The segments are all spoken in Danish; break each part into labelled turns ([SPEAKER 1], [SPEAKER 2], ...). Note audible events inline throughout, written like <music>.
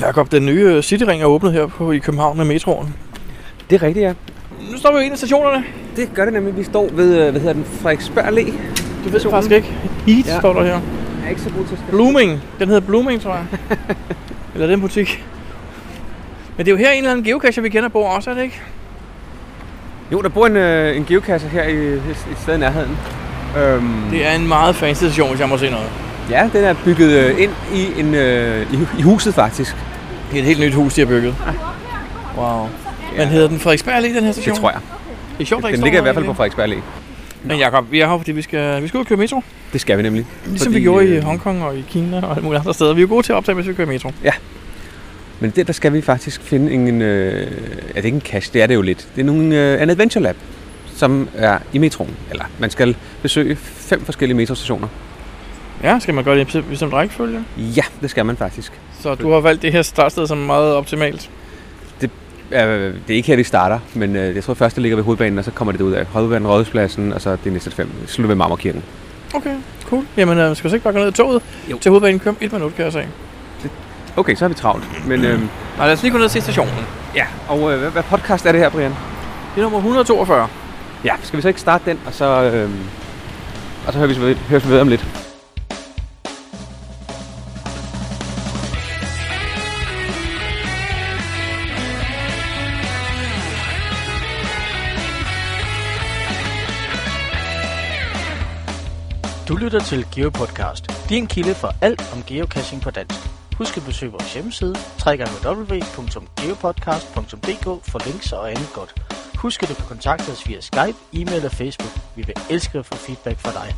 [SPEAKER 1] Jakob, den nye Cityring er åbnet her på, i København med metroen.
[SPEAKER 2] Det er rigtigt, ja.
[SPEAKER 1] Nu står vi ved en af stationerne.
[SPEAKER 2] Det gør det nemlig. Vi står ved, øh, hvad hedder den, Frederiksberg Allé.
[SPEAKER 1] Det ved jeg faktisk ikke. Heat ja.
[SPEAKER 2] Ja.
[SPEAKER 1] står der her.
[SPEAKER 2] Jeg er ikke så god til at
[SPEAKER 1] Blooming. Den hedder Blooming, tror <laughs> jeg. eller den butik. Men det er jo her en eller anden geocacher, vi kender bor også, er det ikke?
[SPEAKER 2] Jo, der bor en, øh, en geocacher her i et, et sted i nærheden. Øhm,
[SPEAKER 1] Det er en meget fancy station, hvis jeg må se noget.
[SPEAKER 2] Ja, den er bygget øh, ind i, en, øh, i, i huset faktisk.
[SPEAKER 1] Det er et helt nyt hus, de har bygget. Wow. Men hedder den Frederiksberg Allé, den her station?
[SPEAKER 2] Det tror jeg.
[SPEAKER 1] Det er sjovt, der ikke
[SPEAKER 2] Den
[SPEAKER 1] står
[SPEAKER 2] ligger
[SPEAKER 1] noget
[SPEAKER 2] i hvert fald på
[SPEAKER 1] i
[SPEAKER 2] Frederiksberg Allé.
[SPEAKER 1] det. Men Jakob, vi er her, fordi vi skal, vi skal ud og køre metro.
[SPEAKER 2] Det skal vi nemlig.
[SPEAKER 1] Ligesom
[SPEAKER 2] Fordi,
[SPEAKER 1] vi gjorde i
[SPEAKER 2] øh,
[SPEAKER 1] Hongkong og i Kina og alle mulige andre steder. Vi er jo gode til at optage, hvis vi kører metro.
[SPEAKER 2] Men der, der skal vi faktisk finde en... Øh, er det ikke en cache? Det er det jo lidt. Det er nogle, øh, en adventure lab, som er i metroen. Eller man skal besøge fem forskellige metrostationer.
[SPEAKER 1] Ja, skal man gøre det i en bestemt rækkefølge?
[SPEAKER 2] Ja, det skal man faktisk.
[SPEAKER 1] Så du har valgt det her startsted som meget optimalt.
[SPEAKER 2] Øh, det er ikke her, det starter, men øh, jeg tror først, det ligger ved hovedbanen, og så kommer det ud af hovedbanen, rådhuspladsen, og så de næste fem slutter ved Marmorkirken.
[SPEAKER 1] Okay, cool. Jamen, øh, skal vi så ikke bare gå ned i toget jo.
[SPEAKER 2] Jo.
[SPEAKER 1] til hovedbanen? Køm et minut, kan jeg sige.
[SPEAKER 2] Okay, så er vi travlt. Men øh,
[SPEAKER 1] Nej, lad os lige gå ned til stationen.
[SPEAKER 2] ja, og øh, hvad, hvad podcast er det her, Brian?
[SPEAKER 1] Det er nummer 142.
[SPEAKER 2] Ja, skal vi så ikke starte den, og så, øh, og så hører vi, så ved- høres vi ved om lidt.
[SPEAKER 3] Du lytter til GeoPodcast, din kilde for alt om geocaching på dansk. Husk at besøge vores hjemmeside, www.geopodcast.dk for links og andet godt. Husk at du kan kontakte os via Skype, e-mail og Facebook. Vi vil elske at få feedback fra dig.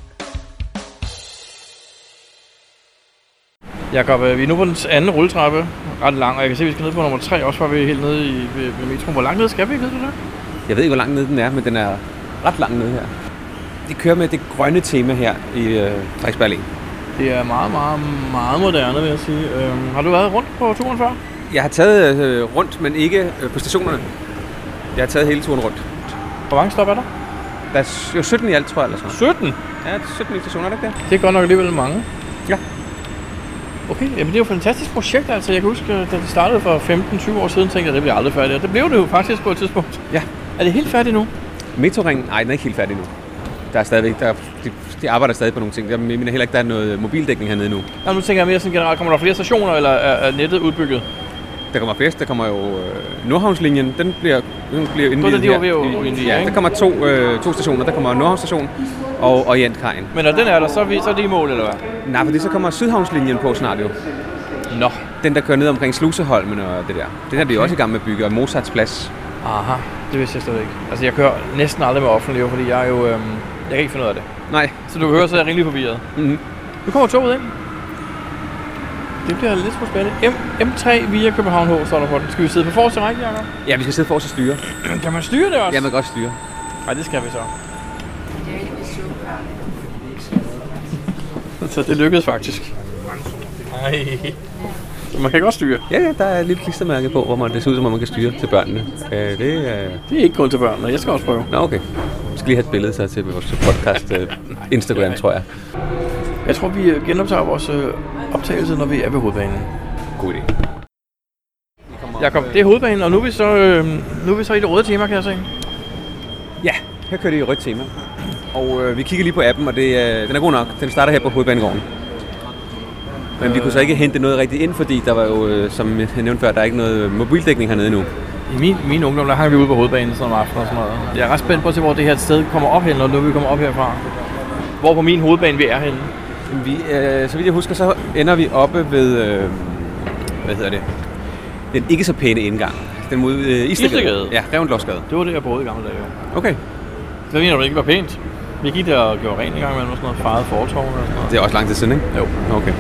[SPEAKER 1] Jakob, øh, vi er nu på den anden rulletrappe. Ret lang, og jeg kan se, at vi skal ned på nummer 3, også før vi er helt nede i, ved, ved metroen. Hvor langt ned skal vi, ved du det?
[SPEAKER 2] Jeg ved ikke, hvor langt nede den er, men den er ret langt nede her. De kører med det grønne tema her i øh, Frederiksberg Allé.
[SPEAKER 1] Det er meget, meget, meget moderne, vil jeg sige. Øhm, har du været rundt på turen før?
[SPEAKER 2] Jeg har taget øh, rundt, men ikke øh, på stationerne. Jeg har taget hele turen rundt.
[SPEAKER 1] Hvor mange stop er der?
[SPEAKER 2] Der er s- jo 17 i alt, tror jeg, eller sådan
[SPEAKER 1] 17!
[SPEAKER 2] noget. Ja, 17 stationer, er det ikke det?
[SPEAKER 1] Det er godt nok alligevel mange.
[SPEAKER 2] Ja.
[SPEAKER 1] Okay, jamen det er jo et fantastisk projekt, altså. Jeg kan huske, da det startede for 15-20 år siden, tænkte jeg, det bliver aldrig færdigt. Og det blev det jo faktisk på et tidspunkt.
[SPEAKER 2] Ja.
[SPEAKER 1] Er det helt færdigt nu?
[SPEAKER 2] Metroringen, nej, den er ikke helt færdig nu. Der er stadigvæk, der er, de, de, arbejder stadig på nogle ting. Jeg mener heller ikke, der er noget mobildækning hernede nu.
[SPEAKER 1] Nå, nu tænker jeg mere sådan generelt, kommer der flere stationer, eller er, er nettet udbygget?
[SPEAKER 2] Der kommer flest, der kommer jo øh, Nordhavnslinjen, den bliver, den bliver
[SPEAKER 1] var
[SPEAKER 2] indvidet
[SPEAKER 1] det, de var ved at
[SPEAKER 2] I-
[SPEAKER 1] indvie,
[SPEAKER 2] ja,
[SPEAKER 1] ikke?
[SPEAKER 2] der kommer to, øh, to stationer, der kommer Nordhavn station og Orientkajen.
[SPEAKER 1] Men når den er der, så er, vi, så er det i mål, eller hvad?
[SPEAKER 2] Nej, fordi så kommer Sydhavnslinjen på snart jo.
[SPEAKER 1] Nå.
[SPEAKER 2] Den, der kører ned omkring Sluseholmen og det der. Den er vi jo også i gang med at bygge, og Mozarts plads.
[SPEAKER 1] Aha, det vidste jeg slet ikke. Altså, jeg kører næsten aldrig med offentlig, jo, fordi jeg er jo... Øhm, jeg kan ikke finde ud af det.
[SPEAKER 2] Nej,
[SPEAKER 1] Så du kan høre, så er jeg rimelig forvirret.
[SPEAKER 2] mm-hmm.
[SPEAKER 1] Nu kommer toget ind. Det bliver lidt for spændende. M- M3 via København H, står der på den. Skal vi sidde på forreste række, Jacob?
[SPEAKER 2] ja, vi skal sidde forrest og styre.
[SPEAKER 1] Kan man styre det også?
[SPEAKER 2] Ja, man kan godt styre.
[SPEAKER 1] Nej, det skal vi så. Så det lykkedes faktisk. Nej. Man kan godt styre.
[SPEAKER 2] Ja, ja, der er et lille klistermærke på, hvor man, det ser ud som om, man kan styre til børnene. Øh, det er... Øh...
[SPEAKER 1] Det er ikke kun til børn, og jeg skal også prøve.
[SPEAKER 2] Nå, okay. Vi skal lige have et billede så til vores podcast <laughs> øh, Instagram, tror jeg.
[SPEAKER 1] Jeg tror, vi øh, genoptager vores øh, optagelse, når vi er ved hovedbanen.
[SPEAKER 2] God idé.
[SPEAKER 1] Jakob, det er hovedbanen, og nu er vi så, øh, nu er vi så i det røde tema, kan jeg se.
[SPEAKER 2] Ja, her kører det i rødt tema. Og øh, vi kigger lige på appen, og det, øh, den er god nok. Den starter her på hovedbanegården. Men vi kunne så ikke hente noget rigtigt ind, fordi der var jo, øh, som jeg nævnte før, der er ikke noget øh, mobildækning hernede nu.
[SPEAKER 1] I min, min ungdom, der hang vi ude på hovedbanen sådan om aftenen og sådan noget. Jeg er ret spændt på at se, hvor det her sted kommer op hen, når nu vi kommer op herfra. Hvor på min hovedbane vi er henne.
[SPEAKER 2] Vi, øh, så vidt jeg husker, så ender vi oppe ved, øh, hvad hedder det, den ikke så pæne indgang. Den mod øh, Istegade.
[SPEAKER 1] Istedgade?
[SPEAKER 2] Ja, Revendlovsgade.
[SPEAKER 1] Det var det, jeg boede i gamle dage. jo.
[SPEAKER 2] Okay.
[SPEAKER 1] Så mener du ikke, var pænt? Vi gik der og gjorde rent en gang imellem og sådan noget, farede fortorv og sådan noget.
[SPEAKER 2] Det er også lang tid siden, ikke?
[SPEAKER 1] Jo.
[SPEAKER 2] Okay.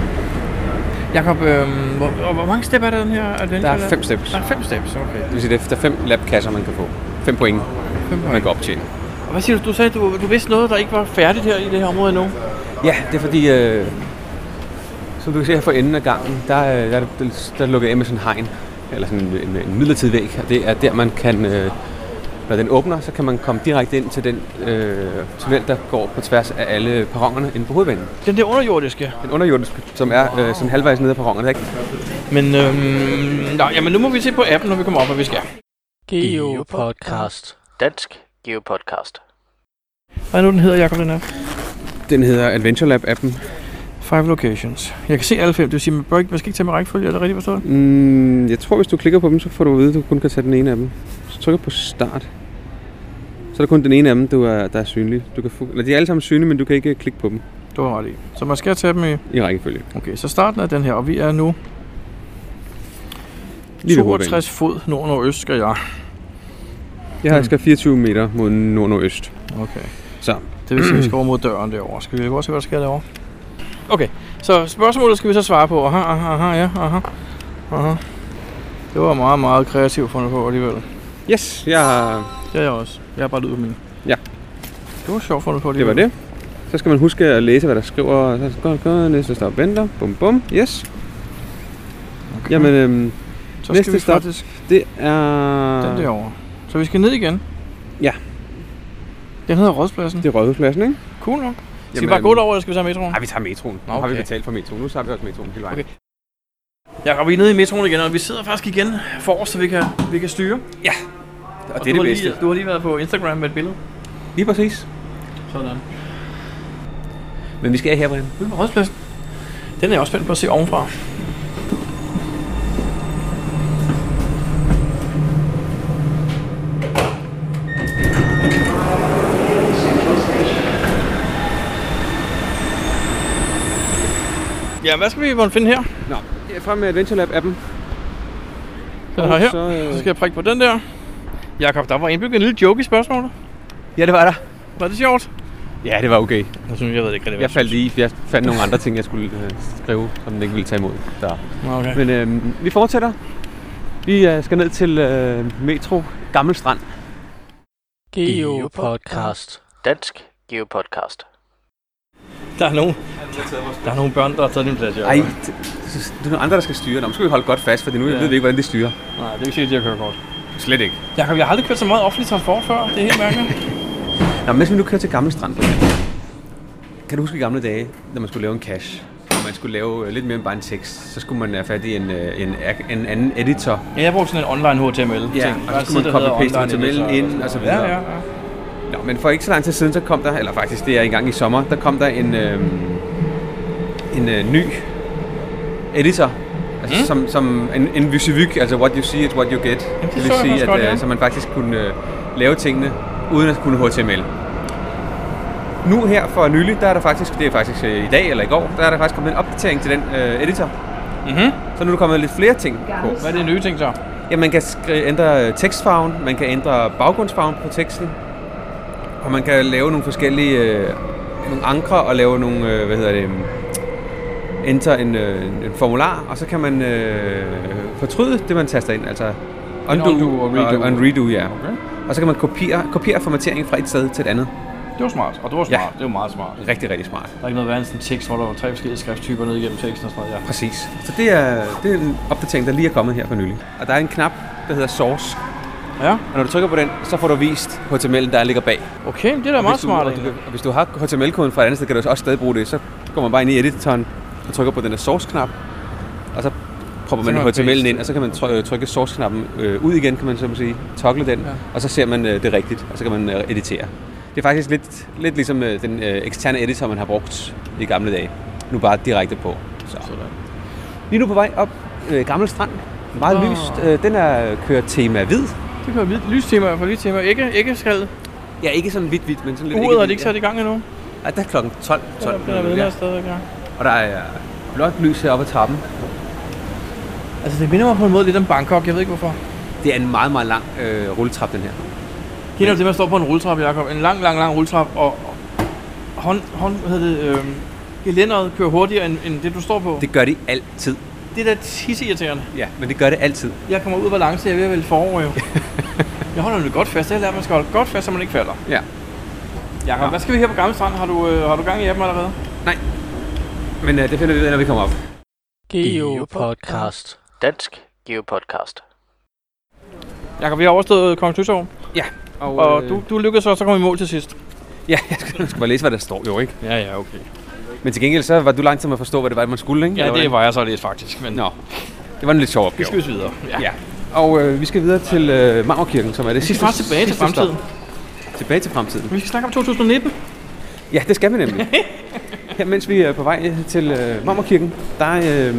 [SPEAKER 1] Jakob, øh, hvor, og hvor mange step er der i den her adventure?
[SPEAKER 2] Der er
[SPEAKER 1] lab?
[SPEAKER 2] fem steps.
[SPEAKER 1] Der er fem steps, okay.
[SPEAKER 2] Det vil sige, at der er fem labkasser, man kan få. Fem point,
[SPEAKER 1] Fem
[SPEAKER 2] man
[SPEAKER 1] point.
[SPEAKER 2] kan optjene.
[SPEAKER 1] Og hvad siger du? Du sagde, du, du vidste noget, der ikke var færdigt her i det her område endnu.
[SPEAKER 2] Ja, det er fordi, øh, som du kan se her for enden af gangen, der, øh, der, er det- der, er lukket af med sådan en hegn, eller sådan en, en, en midlertidig væg, og det er der, man kan øh, Når den åbner, så kan man komme direkte ind til den øh, tunnel, der går på tværs af alle perronerne inde på hovedbanen.
[SPEAKER 1] Den der underjordiske.
[SPEAKER 2] Den underjordiske, som er øh, sådan halvvejs nede af perronerne, ikke?
[SPEAKER 1] Men øhm, nej, jamen nu må vi se på appen, når vi kommer op, hvad vi skal.
[SPEAKER 3] Geo Podcast. Dansk Geo Podcast.
[SPEAKER 1] Hvad er nu den hedder, Jacob, den her?
[SPEAKER 2] Den hedder Adventure Lab-appen.
[SPEAKER 1] Five locations. Jeg kan se alle fem, det vil sige, man, bør ikke, man skal ikke tage med rækkefølge, er det rigtigt forstået?
[SPEAKER 2] Mm, jeg tror, hvis du klikker på dem, så får du at vide, at du kun kan tage den ene af dem. Så trykker på start. Så er der kun den ene af dem, du er, der er synlig. Du kan få, eller de er alle sammen synlige, men du kan ikke øh, klikke på dem
[SPEAKER 1] Du har ret i. Så man skal tage dem i...
[SPEAKER 2] i rækkefølge.
[SPEAKER 1] Okay, så starten af den her, og vi er nu...
[SPEAKER 2] Lige ved hovedbanen.
[SPEAKER 1] 62 fod nord nordøst skal jeg.
[SPEAKER 2] Jeg har skal 24 meter mod nord-nordøst.
[SPEAKER 1] Okay.
[SPEAKER 2] Så.
[SPEAKER 1] Det vil sige, <clears throat> vi skal over mod døren derovre. Skal vi ikke også se, hvad der sker derovre? Okay, så spørgsmålet skal vi så svare på. Aha, aha, aha, ja, aha, aha. Det var meget, meget kreativt fundet på alligevel.
[SPEAKER 2] Yes, jeg har
[SPEAKER 1] Det er jeg også. Jeg har bare lyd på min.
[SPEAKER 2] Ja.
[SPEAKER 1] Det var sjovt fundet på
[SPEAKER 2] Det var
[SPEAKER 1] alligevel.
[SPEAKER 2] det. Så skal man huske at læse, hvad der skriver. og Så går gå, næste stop venter. Bum, bum. Yes.
[SPEAKER 1] Okay.
[SPEAKER 2] Jamen, øhm,
[SPEAKER 1] så skal
[SPEAKER 2] næste
[SPEAKER 1] vi
[SPEAKER 2] stop.
[SPEAKER 1] faktisk
[SPEAKER 2] det er...
[SPEAKER 1] den derovre. Så vi skal ned igen.
[SPEAKER 2] Ja.
[SPEAKER 1] Den hedder Rådspladsen.
[SPEAKER 2] Det er Rådhuspladsen, ikke?
[SPEAKER 1] Cool nok. Skal vi
[SPEAKER 2] Jamen,
[SPEAKER 1] bare gå derover, eller skal vi tage metroen?
[SPEAKER 2] Nej, vi tager metroen.
[SPEAKER 1] Nå,
[SPEAKER 2] Nu har vi
[SPEAKER 1] okay.
[SPEAKER 2] betalt for metroen. Nu tager vi også metroen hele vejen.
[SPEAKER 1] Okay. Jakob, vi er nede i metroen igen, og vi sidder faktisk igen forrest, så vi kan, vi kan styre.
[SPEAKER 2] Og det er
[SPEAKER 1] du
[SPEAKER 2] det
[SPEAKER 1] har
[SPEAKER 2] bedste.
[SPEAKER 1] Lige, du har lige været på Instagram med et billede.
[SPEAKER 2] Lige præcis.
[SPEAKER 1] Sådan.
[SPEAKER 2] Men vi skal her, Brian.
[SPEAKER 1] Ude på Rådspladsen. Den er jeg også spændt på at se ovenfra. Ja, hvad skal vi måtte finde her?
[SPEAKER 2] Nå, frem med Adventure Lab-appen.
[SPEAKER 1] Den
[SPEAKER 2] Og
[SPEAKER 1] her her.
[SPEAKER 2] Så, øh,
[SPEAKER 1] Så skal jeg prikke på den der. Jakob, der var indbygget en lille joke i spørgsmålet.
[SPEAKER 2] Ja, det var der.
[SPEAKER 1] Var det sjovt?
[SPEAKER 2] Ja, det var okay.
[SPEAKER 1] Jeg synes, jeg ved det ikke, hvad
[SPEAKER 2] Jeg faldt lige. Jeg fandt nogle andre ting, jeg skulle øh, skrive, som den ikke ville tage imod. Der.
[SPEAKER 1] Okay.
[SPEAKER 2] Men øh, vi fortsætter. Vi øh, skal ned til øh, Metro Gammel Strand.
[SPEAKER 3] Geo Podcast. Dansk Geo Podcast.
[SPEAKER 1] Der er nogen, der er nogle børn, der har taget din plads, Jacob.
[SPEAKER 2] Ej, det, det er nogle andre, der skal styre. Nå, men skal vi holde godt fast, for nu
[SPEAKER 1] Ja.
[SPEAKER 2] ja. ved vi ikke, hvordan de styrer.
[SPEAKER 1] Nej, det er ikke sikkert, at jeg kører kort.
[SPEAKER 2] Slet ikke.
[SPEAKER 1] Jakob, jeg har aldrig kørt så meget offentlig transport før. Det er helt mærkeligt.
[SPEAKER 2] Nå, men mens vi nu kører til Gammel Strand, kan du huske i gamle dage, når man skulle lave en cache, og man skulle lave øh, lidt mere end bare en tekst, så skulle man have fat i en, øh, en, ak- en anden editor.
[SPEAKER 1] ja, jeg brugte sådan en online HTML. -ting.
[SPEAKER 2] Ja,
[SPEAKER 1] Der er
[SPEAKER 2] og så skulle
[SPEAKER 1] en side,
[SPEAKER 2] man
[SPEAKER 1] der hedder
[SPEAKER 2] copy-paste
[SPEAKER 1] online
[SPEAKER 2] HTML
[SPEAKER 1] editor
[SPEAKER 2] ind og så
[SPEAKER 1] Ja,
[SPEAKER 2] videre.
[SPEAKER 1] ja, ja.
[SPEAKER 2] Nå, men for ikke så lang tid siden, så kom der, eller faktisk det er en gang i sommer, der kom der en, øh, en øh, ny editor, altså mm. som, som en, en vysivyk, altså what you see is what you get.
[SPEAKER 1] det så jeg faktisk
[SPEAKER 2] at øh,
[SPEAKER 1] godt, ja.
[SPEAKER 2] så man faktisk kunne øh, lave tingene uden at kunne HTML. Nu her for nylig, der er der faktisk, det er faktisk øh, i dag eller i går, der er der faktisk kommet en opdatering til den øh, editor.
[SPEAKER 1] Mhm.
[SPEAKER 2] Så nu er der kommet lidt flere ting på.
[SPEAKER 1] Hvad er det nye ting så?
[SPEAKER 2] Ja, man kan skri- ændre øh, tekstfarven, man kan ændre baggrundsfarven på teksten, og man kan lave nogle forskellige øh, nogle ankre og lave nogle, øh, hvad hedder det, øhm, ændre en, øh, en formular, og så kan man øh, fortryde det, man taster ind, altså undo,
[SPEAKER 1] undo og redo.
[SPEAKER 2] Og, og en redo ja.
[SPEAKER 1] Okay.
[SPEAKER 2] Og så kan man kopiere, kopiere formateringen fra et sted til et andet.
[SPEAKER 1] Det var smart, og det var smart.
[SPEAKER 2] Ja.
[SPEAKER 1] Det var meget smart.
[SPEAKER 2] Rigtig, rigtig smart.
[SPEAKER 1] Der er ikke noget værre end sådan en tekst, hvor der var tre forskellige skrifttyper ned igennem teksten og sådan noget. Ja.
[SPEAKER 2] Præcis. Så det er, det er en opdatering, der lige er kommet her for nylig. Og der er en knap, der hedder Source,
[SPEAKER 1] ja.
[SPEAKER 2] og når du trykker på den, så får du vist HTML'en, der ligger bag.
[SPEAKER 1] Okay, men det er da
[SPEAKER 2] Og
[SPEAKER 1] meget
[SPEAKER 2] hvis du-
[SPEAKER 1] smart.
[SPEAKER 2] Og, du,
[SPEAKER 1] egentlig.
[SPEAKER 2] kan- og hvis du har HTML-koden fra et andet sted, kan du også stadig bruge det. Så går man bare ind i editoren og trykker på den der source-knap, og så propper
[SPEAKER 1] Så
[SPEAKER 2] man
[SPEAKER 1] kan man
[SPEAKER 2] HTML'en
[SPEAKER 1] paste.
[SPEAKER 2] ind, og så kan man try- øh, trykke source-knappen øh, ud igen, kan man så må sige, toggle den,
[SPEAKER 1] Ja.
[SPEAKER 2] ja. og så ser man øh, det rigtigt, og så kan man øh, editere. Det er faktisk lidt, lidt ligesom øh, den øh, eksterne editor, man har brugt i gamle dage. Nu bare direkte på. Så.
[SPEAKER 1] Sådan.
[SPEAKER 2] Lige nu på vej op øh, Gammel Strand. Meget
[SPEAKER 1] Nå.
[SPEAKER 2] lyst. Øh, den er kører tema hvid.
[SPEAKER 1] Det kan være lystema for lystema. Ikke, ikke skal.
[SPEAKER 2] Ja, ikke sådan hvidt hvidt, men sådan lidt...
[SPEAKER 1] Uret er det ikke sat i gang endnu.
[SPEAKER 2] Ja, der er klokken 12. 12
[SPEAKER 1] Den er ved
[SPEAKER 2] ja.
[SPEAKER 1] der stadig i gang.
[SPEAKER 2] Og der er blåt lys heroppe ad trappen.
[SPEAKER 1] Altså, det minder mig på en måde lidt om Bangkok. Jeg ved ikke hvorfor.
[SPEAKER 2] Det er en meget, meget lang øh, rulletrap, den her.
[SPEAKER 1] Kender du det, man står på en rulletrap, Jacob? En lang, lang, lang rulletrap, og og hånd, hånd hvad hedder det, øh, gelænderet kører hurtigere, end, end det, du står på. Det,
[SPEAKER 2] Det gør de altid.
[SPEAKER 1] det er da tisseirriterende.
[SPEAKER 2] Ja, men det gør det altid.
[SPEAKER 1] Jeg kommer ud af balance, jeg er ved at vælge forover, <laughs> jo. jeg holder nemlig godt fast. Jeg har lært, at man skal holde godt fast, så man ikke falder.
[SPEAKER 2] Ja.
[SPEAKER 1] Jakob,
[SPEAKER 2] Ja.
[SPEAKER 1] hvad skal vi her på Gamle Strand? Har du, øh, har du gang i appen allerede?
[SPEAKER 2] Men øh, det finder vi ud af, når vi kommer op.
[SPEAKER 3] Geo Podcast. Dansk Geo Podcast.
[SPEAKER 1] Jakob, vi har overstået øh, Kongens Nytorv.
[SPEAKER 2] Ja. Og,
[SPEAKER 1] Og
[SPEAKER 2] øh,
[SPEAKER 1] du, du lykkedes også at komme i mål til sidst.
[SPEAKER 2] <laughs> Ja, jeg skal, jeg skal bare læse, hvad der står jo, ikke?
[SPEAKER 1] Ja, ja, okay.
[SPEAKER 2] Men til gengæld så var du lang tid med at forstå, hvad det var, man skulle, ikke?
[SPEAKER 1] Ja,
[SPEAKER 2] Eller
[SPEAKER 1] det
[SPEAKER 2] hvordan?
[SPEAKER 1] var jeg så lidt faktisk, men
[SPEAKER 2] Nå, det var en lidt sjov
[SPEAKER 1] vi
[SPEAKER 2] opgave.
[SPEAKER 1] skal jo videre. Ja.
[SPEAKER 2] Ja. Og øh, vi skal videre til øh, Marmorkirken, som er det
[SPEAKER 1] Vi skal
[SPEAKER 2] sidste
[SPEAKER 1] bare tilbage til
[SPEAKER 2] sidste stop.
[SPEAKER 1] fremtiden.
[SPEAKER 2] Tilbage til fremtiden.
[SPEAKER 1] Vi skal snakke om 2019.
[SPEAKER 2] Ja, det skal vi
[SPEAKER 1] <laughs>
[SPEAKER 2] nemlig. Her, mens vi er på vej til øh, Marmorkirken, der, øh, der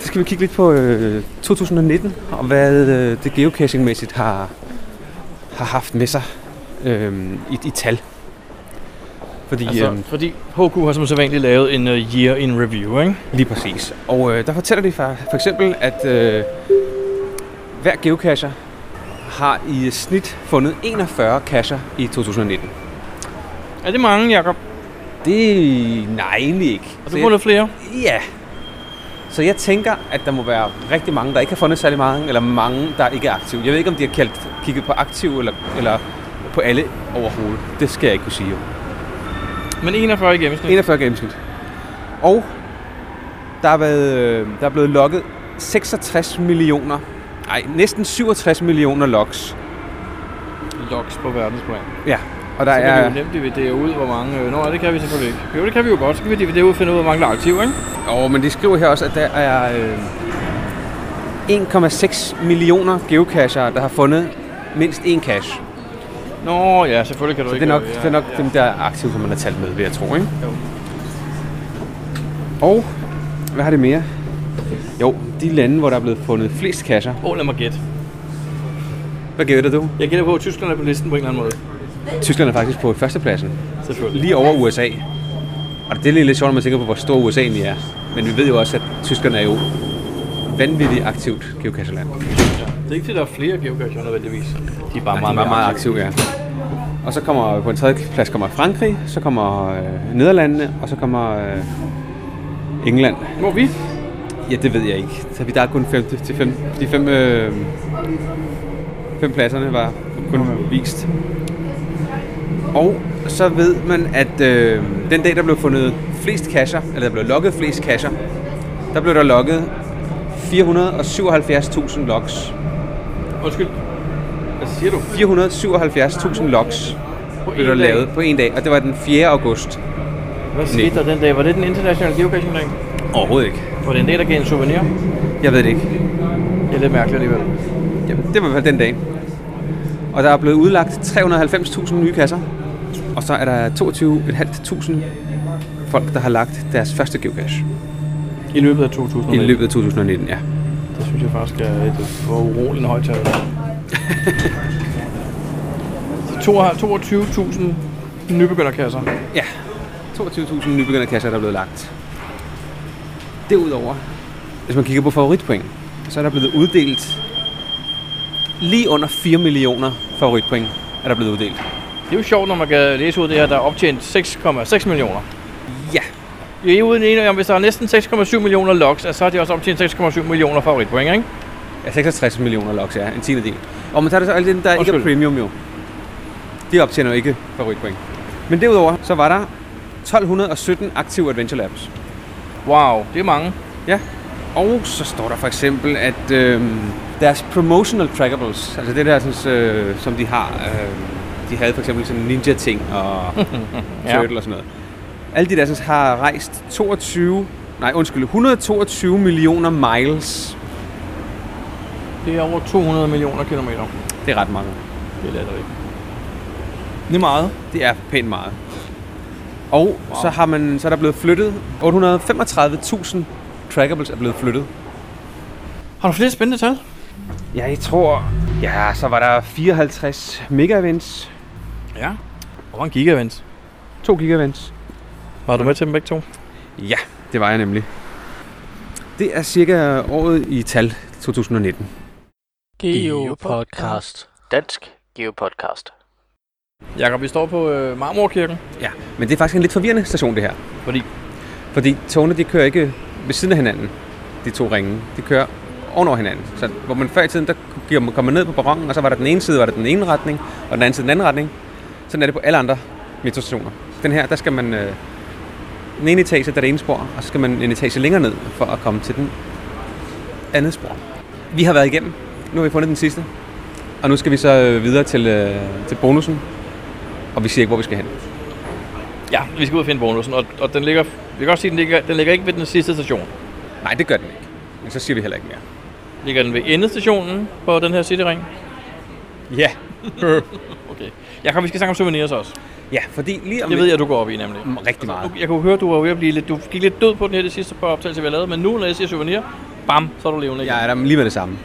[SPEAKER 2] skal vi kigge lidt på øh, 2019, og hvad øh, det geocaching-mæssigt har, har haft med sig øh, i, i tal. Fordi,
[SPEAKER 1] Altså,
[SPEAKER 2] øh,
[SPEAKER 1] fordi HQ har som sædvanligt lavet en uh, year in review, ikke?
[SPEAKER 2] Lige præcis. Og øh, der fortæller de for, for eksempel, at øh, hver geocacher har i snit fundet 41 cacher i 2019.
[SPEAKER 1] Er det mange, Jacob?
[SPEAKER 2] Det nej, egentlig ikke.
[SPEAKER 1] Har
[SPEAKER 2] Så
[SPEAKER 1] du
[SPEAKER 2] jeg,
[SPEAKER 1] fundet flere?
[SPEAKER 2] ja. Så jeg tænker, at der må være rigtig mange, der ikke har fundet særlig mange, eller mange, der ikke er aktive. Jeg ved ikke, om de har kaldt, kigget på aktiv eller, eller på alle overhovedet. Det skal jeg ikke kunne sige. Jo.
[SPEAKER 1] Mm. Men 41 i gennemsnit.
[SPEAKER 2] 41 gennemsnit. Og der er, været, øh, der er blevet logget 66 millioner, nej, næsten 67 millioner logs.
[SPEAKER 1] Logs på verdensplan.
[SPEAKER 2] Ja, og der
[SPEAKER 1] Så kan
[SPEAKER 2] er,
[SPEAKER 1] vi jo nemt dividere ud, hvor mange... Øh, nå, det kan vi selvfølgelig ikke. Jo, det kan vi jo godt. Så kan vi dividere ud og finde ud af, hvor mange der er aktive, ikke?
[SPEAKER 2] åh, men de skriver her også, at der er øh, 1,6 millioner geocacher, der har fundet mindst én cache.
[SPEAKER 1] Nå, ja, selvfølgelig kan du
[SPEAKER 2] Så det
[SPEAKER 1] ikke...
[SPEAKER 2] er nok,
[SPEAKER 1] øh, ja,
[SPEAKER 2] det er nok
[SPEAKER 1] ja.
[SPEAKER 2] dem, der er aktive, som man har talt med, vil jeg tro, ikke?
[SPEAKER 1] Jo.
[SPEAKER 2] Og, hvad har det mere? Jo, de lande, hvor der er blevet fundet flest cacher.
[SPEAKER 1] Åh, oh, lad mig gætte.
[SPEAKER 2] Hvad gætter du?
[SPEAKER 1] Jeg gætter på, at Tyskland er på listen på en eller anden måde.
[SPEAKER 2] Tyskland er faktisk på førstepladsen.
[SPEAKER 1] Selvfølgelig.
[SPEAKER 2] lige over USA. Og det er lige lidt sjovt, når man tænker på, hvor stor USA egentlig er. Men vi ved jo også, at tyskerne er jo vanvittigt aktivt geocacherland. De
[SPEAKER 1] Det er ikke fordi, der er flere geocacher nødvendigvis. De er bare
[SPEAKER 2] er
[SPEAKER 1] meget,
[SPEAKER 2] meget, meget aktive, ja. Og så kommer på en tredje plads kommer Frankrig, så kommer øh, Nederlandene, og så kommer øh, England.
[SPEAKER 1] Hvor er vi?
[SPEAKER 2] Ja, det ved jeg ikke. Så vi der er kun fem, til fem, de fem, øh, fem pladserne var kun vist. Og så ved man, at øh, den dag, der blev fundet flest kasser, eller der blev logget flest kasser, der blev der logget 477.000 logs.
[SPEAKER 1] Undskyld. Hvad siger du?
[SPEAKER 2] 477.000 logs
[SPEAKER 1] På
[SPEAKER 2] blev der lavet på en dag, og det var den 4. august.
[SPEAKER 1] Hvad
[SPEAKER 2] skete
[SPEAKER 1] skete der den dag? Var det den internationale geocaching dag?
[SPEAKER 2] Overhovedet ikke.
[SPEAKER 1] Var det en dag, der gav en souvenir?
[SPEAKER 2] Jeg ved det ikke.
[SPEAKER 1] Det er lidt mærkeligt alligevel.
[SPEAKER 2] Jamen, det var i hvert fald den dag. Og der er blevet udlagt 390.000 nye kasser. Og så er der 22.500 folk, der har lagt deres første geocache
[SPEAKER 1] I løbet af
[SPEAKER 2] i
[SPEAKER 1] 2019.
[SPEAKER 2] løbet af 2019. Ja.
[SPEAKER 1] Det synes jeg faktisk er et foruroligende højt tal.
[SPEAKER 2] <laughs>
[SPEAKER 1] Så 22.000 nybegynderkasser.
[SPEAKER 2] ja. 22.000 nybegynderkasser, der er blevet lagt. Derudover, hvis man kigger på favoritpoint, så er der blevet uddelt lige under 4 millioner favoritpoint er der blevet uddelt.
[SPEAKER 1] Det er jo sjovt, når man kan læse ud af det her, der er optjent 6,6 millioner.
[SPEAKER 2] Ja,
[SPEAKER 1] Jeg er uden enige om, hvis der er næsten 6,7 millioner logs, at så har de også optjent 6,7 millioner favoritpoint, ikke?
[SPEAKER 2] Ja, 66 millioner logs, ja. En tiende del. Og man tager det så alle dem, der ikke er
[SPEAKER 1] Undskyld.
[SPEAKER 2] premium jo. De optjener jo ikke favoritpoint. Men derudover, så var der 1217 aktive Adventure Labs.
[SPEAKER 1] Wow, det er mange.
[SPEAKER 2] Ja. Og så står der for eksempel, at øh, deres promotional trackables, altså det der, sådan, øh, som de har, øh, de havde for eksempel sådan ninja-ting og
[SPEAKER 1] <laughs> Ja.
[SPEAKER 2] turtle og sådan noget. Alle de der sådan, har rejst 22, nej undskyld, 122 millioner miles.
[SPEAKER 1] Det er over 200 millioner kilometer.
[SPEAKER 2] Det er ret mange.
[SPEAKER 1] Det lader det ikke. Det er meget.
[SPEAKER 2] Det er pænt meget. Og wow. så, har man, så er der blevet flyttet. 835.000 trackables er blevet flyttet.
[SPEAKER 1] Har du flere spændende tal?
[SPEAKER 2] Ja, jeg tror... Ja, så var der 54 mega-events.
[SPEAKER 1] Ja. Hvor mange gigavents?
[SPEAKER 2] 2 giga-events.
[SPEAKER 1] Var du med til dem begge to?
[SPEAKER 2] Ja, det var jeg nemlig. Det er cirka året i tal 2019.
[SPEAKER 3] Geopodcast. Dansk Geopodcast.
[SPEAKER 1] Jakob, vi står på øh, Marmorkirken.
[SPEAKER 2] Ja, men det er faktisk en lidt forvirrende station, det her.
[SPEAKER 1] Fordi?
[SPEAKER 2] Fordi togene, de kører ikke ved siden af hinanden, de to ringe. De kører ovenover hinanden. Så hvor man før i tiden, der giver man kommer ned på perronen, og så var der den ene side, var der den ene retning, og den anden side den anden retning. Sådan er det på alle andre metrostationer. Den her, der skal man... Øh, den ene etage, der er det ene spor, og så skal man en etage længere ned, for at komme til den andet spor. Vi har været igennem. Nu har vi fundet den sidste. Og nu skal vi så øh, videre til, øh, til bonusen. Og vi siger ikke, hvor vi skal hen.
[SPEAKER 1] Ja, vi skal ud og finde bonusen, og, og den ligger, vi kan godt sige, den ligger, den ligger ikke ved den sidste station.
[SPEAKER 2] Nej, det gør den ikke. Men så siger vi heller ikke mere.
[SPEAKER 1] Ligger den ved endestationen på den her cityring?
[SPEAKER 2] Ja.
[SPEAKER 1] Okay. Jakob, vi skal snakke om souvenirs også.
[SPEAKER 2] Ja, fordi lige om
[SPEAKER 1] Det ved jeg, du går op i nemlig.
[SPEAKER 2] jeg. rigtig meget.
[SPEAKER 1] Jeg kunne høre, du var ved at blive lidt, du gik lidt død på den her det sidste par optagelser, vi har lavet, men nu, når jeg siger souvenir, bam, så er du levende igen.
[SPEAKER 2] Jeg er der lige med det samme.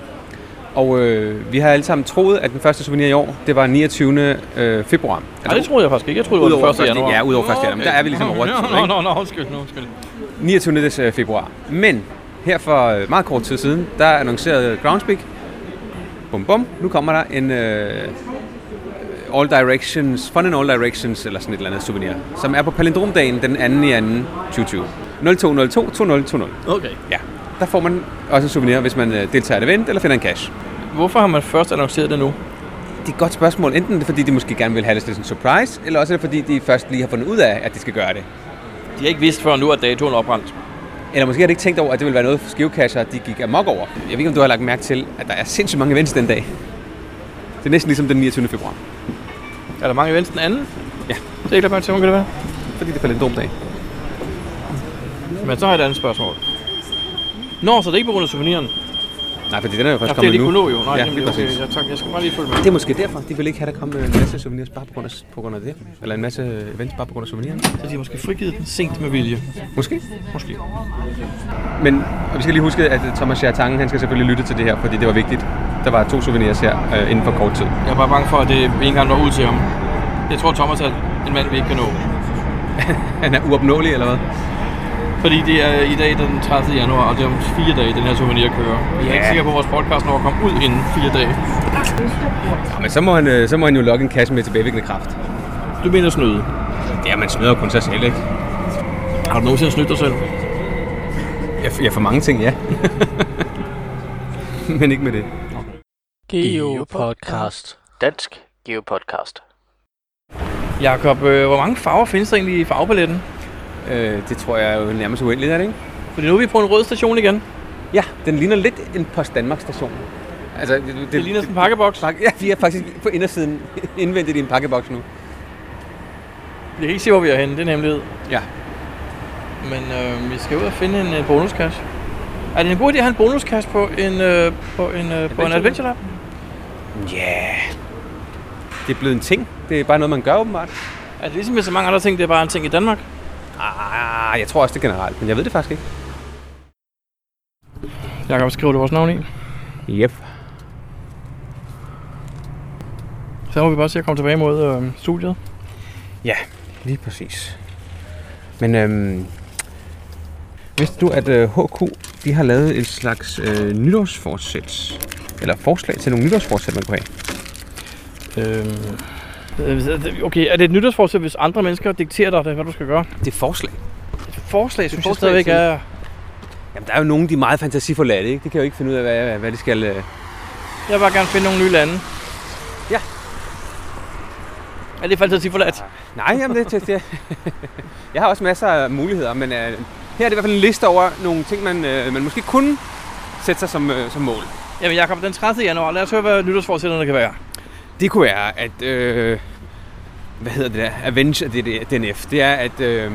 [SPEAKER 2] Og øh, vi har alle sammen troet, at den første souvenir i år, det var 29. Øh, februar.
[SPEAKER 1] Ej, det troede jeg faktisk ikke. Jeg troede, det var
[SPEAKER 2] Udover
[SPEAKER 1] den 1.
[SPEAKER 2] første-
[SPEAKER 1] januar.
[SPEAKER 2] ja, udover første januar, men der er vi ligesom over-
[SPEAKER 1] Nå, nå, nå, undskyld, nå, undskyld.
[SPEAKER 2] 29. des- øh, februar. Men her for øh, meget kort tid siden, der annoncerede Groundspeak, bum bum, nu kommer der en øh, All Directions, Fun in All Directions, eller sådan et eller andet souvenir, som er på Palindromdagen den 2. i 2. 2020. 0202 2020.
[SPEAKER 1] Okay.
[SPEAKER 2] Ja, der får man også en souvenir, hvis man øh, deltager i et event eller finder en cash.
[SPEAKER 1] Hvorfor har man først annonceret det nu?
[SPEAKER 2] Det er et godt spørgsmål. Enten er det fordi, de måske gerne vil have det som en surprise, eller også er det fordi, de først lige har fundet ud af, at de skal gøre det.
[SPEAKER 1] De har ikke vidst før nu, at datoen er opbrændt.
[SPEAKER 2] Eller måske har de ikke tænkt over, at det ville være noget for skivekasser, de gik amok over. Jeg ved ikke, om du har lagt mærke til, at der er sindssygt mange events den dag. Det er næsten ligesom den 29. februar,
[SPEAKER 1] Er der mange events den anden?
[SPEAKER 2] Ja.
[SPEAKER 1] Det er ikke langt til, kan det være.
[SPEAKER 2] fordi det er palindromdag.
[SPEAKER 1] Men så har jeg et andet spørgsmål. Nå, så det er ikke på grund af souveniren?
[SPEAKER 2] Nej, fordi den er jo
[SPEAKER 1] Ja,
[SPEAKER 2] først
[SPEAKER 1] det er
[SPEAKER 2] kommet
[SPEAKER 1] lige
[SPEAKER 2] nu.
[SPEAKER 1] kunne nå jo. Nej,
[SPEAKER 2] ja,
[SPEAKER 1] ja,
[SPEAKER 2] lige
[SPEAKER 1] nemlig,
[SPEAKER 2] præcis.
[SPEAKER 1] okay, ja, tak. Jeg skal bare lige følge med.
[SPEAKER 2] Det er måske derfor, de vil ikke have, der kommer en masse souvenirs bare på grund, af, på grund af det. Eller en masse events bare på grund af souveniren.
[SPEAKER 1] Så de har måske frigivet den sent med vilje.
[SPEAKER 2] Måske.
[SPEAKER 1] Måske.
[SPEAKER 2] Men og vi skal lige huske, at Thomas Jartangen, han skal selvfølgelig lytte til det her, fordi det var vigtigt. Der var to souvenirs her øh, inden for kort tid.
[SPEAKER 1] Jeg er bare bange for, at det ikke engang når ud til ham. Jeg tror, Thomas er en mand, vi ikke kan nå.
[SPEAKER 2] Han er uopnåelig, eller hvad?
[SPEAKER 1] Fordi det er i dag den 30. januar, og det er om fire dage, den her souvenir kører. Jeg er ikke
[SPEAKER 2] Ja.
[SPEAKER 1] sikker på, at vores podcast når at komme ud inden fire dage.
[SPEAKER 2] Ja, men så må, han, øh, så må han jo lokke en kasse med tilbagevirkende kraft.
[SPEAKER 1] Du mener snyde.
[SPEAKER 2] Det er, man smider jo kun sig selv, ikke?
[SPEAKER 1] Har du nogensinde snydt dig selv?
[SPEAKER 2] Jeg, jeg for mange ting, ja. <laughs> Men ikke med det.
[SPEAKER 3] Geo Podcast. Dansk Geo Podcast.
[SPEAKER 1] Jakob, øh, hvor mange farver findes der egentlig i farvepaletten?
[SPEAKER 2] Øh, det tror jeg er jo nærmest uendeligt, er det ikke?
[SPEAKER 1] Fordi nu er vi på en rød station igen. Det,
[SPEAKER 2] Ja, den ligner lidt en Post Danmark station. Altså, det, det,
[SPEAKER 1] det ligner sådan en pakkeboks.
[SPEAKER 2] Pak- Ja, vi er faktisk på indersiden <laughs> indvendigt i en pakkeboks nu.
[SPEAKER 1] Jeg kan ikke se, hvor vi er henne. Det er en hemmelighed.
[SPEAKER 2] Ja.
[SPEAKER 1] Men øh, vi skal ud og finde en øh, bonuskasse. Er det en god idé at have en bonuskasse på en, øh, på en, øh, på en
[SPEAKER 2] Adventure.
[SPEAKER 1] adventure lab?
[SPEAKER 2] Ja. Det er blevet en ting. Det er bare noget, man gør åbenbart.
[SPEAKER 1] Er det ligesom med så mange andre ting, det er bare en ting i Danmark?
[SPEAKER 2] Ah, jeg tror også det er generelt, men jeg ved det faktisk ikke.
[SPEAKER 1] Jakob, skriver du vores navn i?
[SPEAKER 2] Yep.
[SPEAKER 1] Så må vi bare se at komme tilbage mod øh, studiet.
[SPEAKER 2] Lige præcis. Men øhm, vidste du, at øh, HK de har lavet en slags øh, nytårsforsæt? Eller forslag til nogle nytårsforsæt, man kunne have?
[SPEAKER 1] Øh, okay, er det et nytårsforsæt, hvis andre mennesker dikterer dig, det, hvad du skal gøre?
[SPEAKER 2] Det er forslag.
[SPEAKER 1] Et forslag, synes jeg
[SPEAKER 2] forslag
[SPEAKER 1] stadigvæk
[SPEAKER 2] til-
[SPEAKER 1] er...
[SPEAKER 2] Jamen, der er jo nogen, de er meget fantasiforladte, ikke? De kan jo ikke finde ud af, hvad, hvad de skal... Øh...
[SPEAKER 1] Jeg vil bare gerne finde nogle nye lande.
[SPEAKER 2] Ja.
[SPEAKER 1] Er det fantasiforladt?
[SPEAKER 2] Nej, jamen, det, det, det. <laughs> Jeg har også masser af muligheder, men øh, her er det i hvert fald en liste over nogle ting, man, øh, man måske kunne sætte sig som, øh, som mål.
[SPEAKER 1] Jamen Jakob, den 30. januar, lad os høre, hvad nytårsforsætterne kan være.
[SPEAKER 2] Det kunne være, at... Øh, hvad hedder det der? Avenge af DNF. Det er, at... Øh,